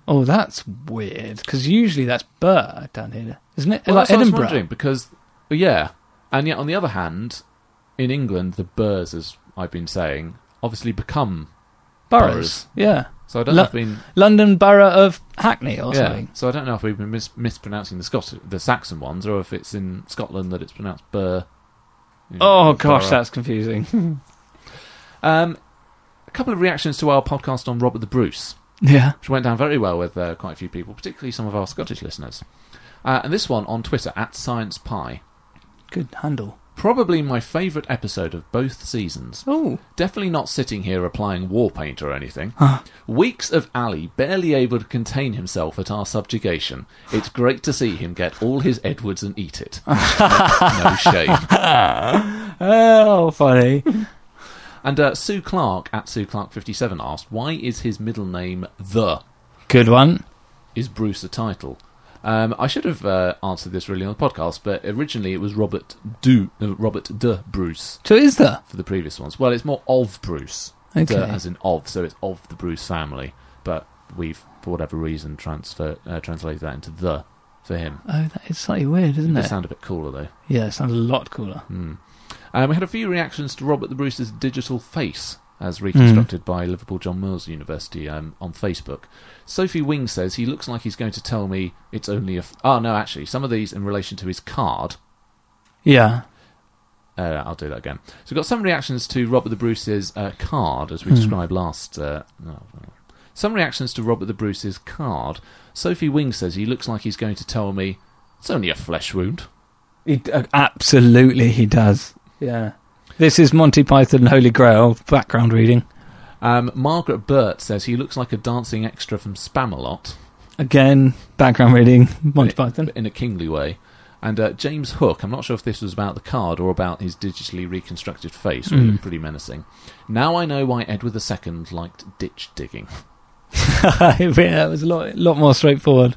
Speaker 4: Oh, that's weird. Because usually that's Burr down here, isn't it?
Speaker 3: Well,
Speaker 4: like
Speaker 3: that's what I was
Speaker 4: Edinburgh.
Speaker 3: wondering, because well, yeah, and yet on the other hand, in England, the burrs, as I've been saying, obviously become
Speaker 4: Boroughs.
Speaker 3: Boroughs.
Speaker 4: Yeah.
Speaker 3: so. I don't
Speaker 4: Lo-
Speaker 3: know if been
Speaker 4: London Borough of Hackney or
Speaker 3: yeah.
Speaker 4: something.
Speaker 3: So I don't know if we've been mis- mispronouncing the Scot- the Saxon ones, or if it's in Scotland that it's pronounced burr. you know,
Speaker 4: Oh, gosh,
Speaker 3: borough.
Speaker 4: that's confusing.
Speaker 3: Um, couple of reactions to our podcast on Robert the Bruce,
Speaker 4: Yeah.
Speaker 3: which went down very well with uh, quite a few people, particularly some of our Scottish listeners. Uh, and this one on Twitter at SciencePie.
Speaker 4: Good handle.
Speaker 3: Probably my favourite episode of both seasons.
Speaker 4: Oh.
Speaker 3: Definitely not sitting here applying war paint or anything. Weeks of Ali barely able to contain himself at our subjugation. It's great to see him get all his Edwards and eat it. no shame.
Speaker 4: Oh, funny.
Speaker 3: And uh, Sue Clark at Sue Clark fifty seven asked, "Why is his middle name the?
Speaker 4: Good one.
Speaker 3: Is Bruce a title?" Um, I should have uh, answered this really on the podcast, but originally it was Robert Du uh, Robert de Bruce
Speaker 4: So is there?
Speaker 3: for the previous ones. Well, it's more of Bruce,
Speaker 4: Okay.
Speaker 3: De as in of, so it's of the Bruce family. But we've, for whatever reason, transfer uh, translated that into the for him.
Speaker 4: Oh, that is slightly weird, isn't
Speaker 3: Does
Speaker 4: it?
Speaker 3: sound a bit cooler though.
Speaker 4: yeah, it sounds Hmm. a lot cooler.
Speaker 3: Um, we had a few reactions to Robert the Bruce's digital face, as reconstructed
Speaker 4: Hmm.
Speaker 3: by Liverpool John Moores University um, on Facebook. Sophie Wing says he looks like he's going to tell me it's only a. F- oh, no, actually, some of these in relation to his card.
Speaker 4: Yeah.
Speaker 3: Uh, I'll do that again. So we've got some reactions to Robert the Bruce's uh, card, as we described last. Uh, no, no. some reactions to Robert the Bruce's card. Sophie Wing says he looks like he's going to tell me it's only a flesh wound.
Speaker 4: He, d- uh, absolutely, he does. Yeah. This is Monty Python Holy Grail background reading.
Speaker 3: Um, Margaret Burt says he looks like a dancing extra from Spamalot.
Speaker 4: Again, background reading, Monty
Speaker 3: But-
Speaker 4: Python.
Speaker 3: but in a kingly way. And uh, James Hook, I'm not sure if this was about the card or about his digitally reconstructed face, which was pretty menacing. Now I know why Edward II liked ditch digging.
Speaker 4: yeah, it was a lot, lot more straightforward.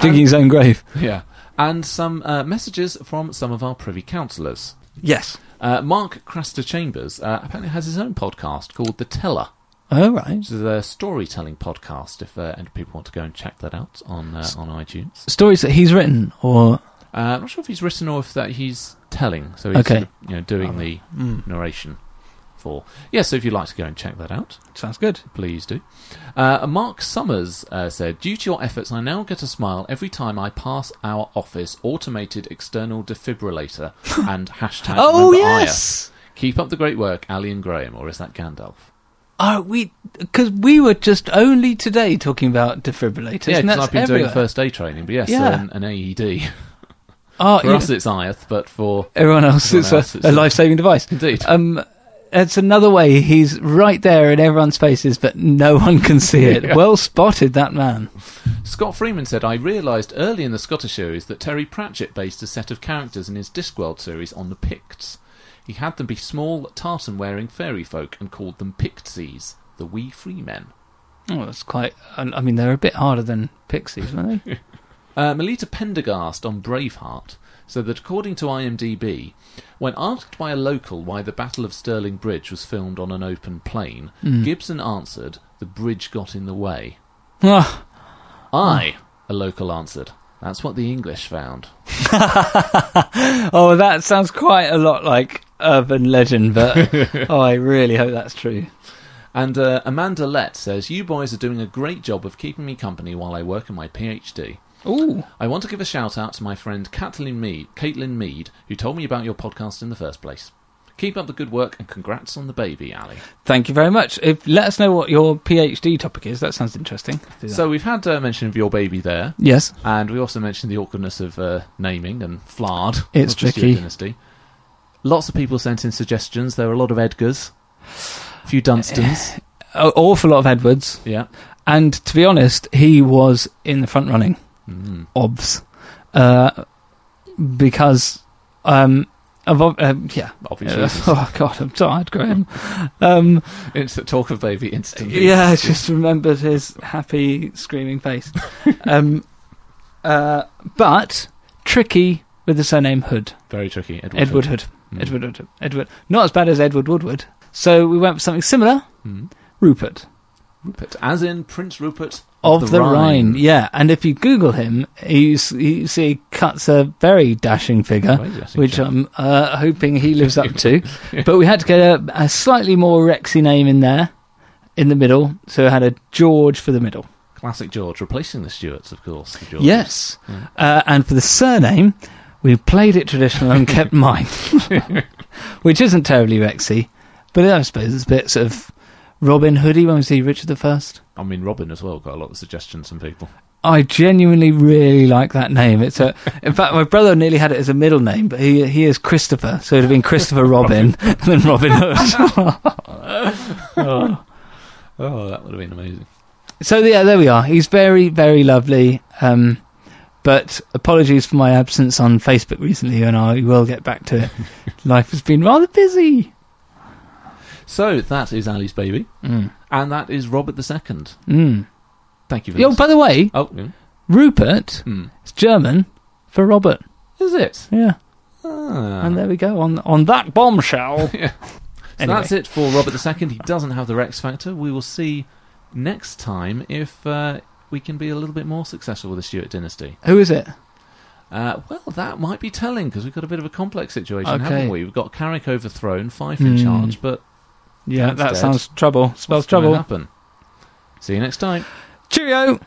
Speaker 4: Digging his own grave.
Speaker 3: yeah. And some uh, messages from some of our privy councillors.
Speaker 4: Yes.
Speaker 3: Uh, Mark Craster Chambers uh, apparently has his own podcast called The Teller,
Speaker 4: All Oh, right.
Speaker 3: which is a storytelling podcast. If uh, any people want to go and check that out on uh, on iTunes,
Speaker 4: Stories that he's written, or
Speaker 3: uh, I'm not sure if he's written or if that he's telling, so he's
Speaker 4: Okay.
Speaker 3: sort of, you know doing the
Speaker 4: Hmm,
Speaker 3: narration for. Yeah, so if you'd like to go and check that out,
Speaker 4: sounds good.
Speaker 3: please do. Uh, Mark Summers uh, said, Due to your efforts, I now get a smile every time I pass our office automated external defibrillator and hashtag
Speaker 4: Oh
Speaker 3: remember
Speaker 4: yes.
Speaker 3: Aya. Keep up the great work, Ali and Graham, or is that Gandalf?
Speaker 4: Oh, we because we were just only today talking about defibrillators.
Speaker 3: yeah, because
Speaker 4: and that's
Speaker 3: I've been
Speaker 4: everywhere.
Speaker 3: doing first aid training, but yes, uh,
Speaker 4: Yeah.
Speaker 3: an, an AED.
Speaker 4: Oh,
Speaker 3: for
Speaker 4: yeah.
Speaker 3: us, it's Iath, but for.
Speaker 4: everyone else,
Speaker 3: Everyone
Speaker 4: it's,
Speaker 3: else,
Speaker 4: a,
Speaker 3: it's
Speaker 4: a
Speaker 3: a-
Speaker 4: life-saving device.
Speaker 3: Indeed.
Speaker 4: Um, it's another way. He's right there in everyone's faces, but no one can see it.
Speaker 3: Yeah.
Speaker 4: Well spotted, that man.
Speaker 3: Scott Freeman said, I realised early in the Scottish series that Terry Pratchett based a set of characters in his Discworld series on the Picts. He had them be small, tartan wearing fairy folk and called them Pictsies, the wee free men.
Speaker 4: Oh, that's quite. I I mean, they're a bit harder than pixies, weren't they?
Speaker 3: Uh, Melita Pendergast on Braveheart said that according to IMDb, when asked by a local why the Battle of Stirling Bridge was filmed on an open plain, Gibson answered, The bridge got in the way.
Speaker 4: Ah,
Speaker 3: I, a local answered, That's what the English found.
Speaker 4: oh, that sounds quite a lot like urban legend, but oh, I really hope that's true.
Speaker 3: And uh, Amanda Lett says, You boys are doing a great job of keeping me company while I work on my PhD.
Speaker 4: Ooh,
Speaker 3: I want to give a shout out to my friend Caitlin Mead, Caitlin Mead, who told me about your podcast in the first place. Keep up the good work and congrats on the baby, Ali.
Speaker 4: thank you very much. If let us know what your PhD topic is. That sounds interesting. Do that.
Speaker 3: So we've had uh, mention of your baby there,
Speaker 4: yes,
Speaker 3: and we also mentioned the awkwardness of uh, naming and flard.
Speaker 4: It's
Speaker 3: not just your
Speaker 4: tricky.
Speaker 3: Dynasty. Lots of people sent in suggestions. There were a lot of Edgars, a few Dunstans.
Speaker 4: an awful lot of Edwards.
Speaker 3: yeah.
Speaker 4: And to be honest, he was in the front running,
Speaker 3: Mm.
Speaker 4: obvs, uh, because um, of ob- um, yeah.
Speaker 3: Obviously,
Speaker 4: Oh God, I'm tired, Graham. Um,
Speaker 3: it's the talk of baby instantly.
Speaker 4: yeah, I just remembered his happy screaming face. um, uh, but tricky with the surname Hood,
Speaker 3: Very tricky. Edward.
Speaker 4: Edward Hood, Hmm.
Speaker 3: Mm.
Speaker 4: Edward Hood, Edward. Not as bad as Edward Woodward. So we went for something similar,
Speaker 3: Mm.
Speaker 4: Rupert.
Speaker 3: Rupert, as in Prince Rupert
Speaker 4: of the, Rhine. Yeah, and if you Google him, you, s- you see he cuts a very dashing figure,
Speaker 3: Very dashing
Speaker 4: which
Speaker 3: chap.
Speaker 4: I'm uh, hoping he lives up to. But we had to get a, a slightly more Rexy name in there, in the middle. So I had a George for the middle.
Speaker 3: Classic George, replacing the Stuarts, of course. the Georges.
Speaker 4: Yes, uh, and for the surname, we played it traditional and kept mine, which isn't terribly Rexy, but I suppose it's a bit sort of Robin Hoodie when we see Richard the First.
Speaker 3: I mean, Robin as well got a lot of suggestions from people.
Speaker 4: I genuinely really like that name. It's a. In fact, my brother nearly had it as a middle name, but he he is Christopher, so it'd have been Christopher Robin, and then Robin Hood.
Speaker 3: oh. that would have been amazing.
Speaker 4: so yeah, there we are. He's very very lovely. Um, but apologies for my absence on Facebook recently, and I will get back to it. Life has been rather busy.
Speaker 3: So that is Ali's baby,
Speaker 4: Mm.
Speaker 3: and that is Robert the Second.
Speaker 4: Mm.
Speaker 3: Thank you.
Speaker 4: Oh,
Speaker 3: Vince.
Speaker 4: by the way,
Speaker 3: oh, yeah.
Speaker 4: Rupert
Speaker 3: Hmm.
Speaker 4: is German for Robert.
Speaker 3: is it?
Speaker 4: Yeah,
Speaker 3: Ah.
Speaker 4: and uh, there we go on on that bombshell.
Speaker 3: So that's it for Robert II. He doesn't have the Rex Factor. We will see next time if uh, we can be a little bit more successful with the Stuart dynasty.
Speaker 4: Who is it?
Speaker 3: Uh, well, that might be telling because we've got a bit of a complex situation,
Speaker 4: Okay.
Speaker 3: haven't we? We've got Carrick overthrown, Fife
Speaker 4: Hmm.
Speaker 3: in charge, but
Speaker 4: Yeah,
Speaker 3: That's
Speaker 4: that
Speaker 3: dead.
Speaker 4: sounds trouble. Spells
Speaker 3: what's gonna
Speaker 4: trouble.
Speaker 3: Happen. See you next time.
Speaker 4: Cheerio.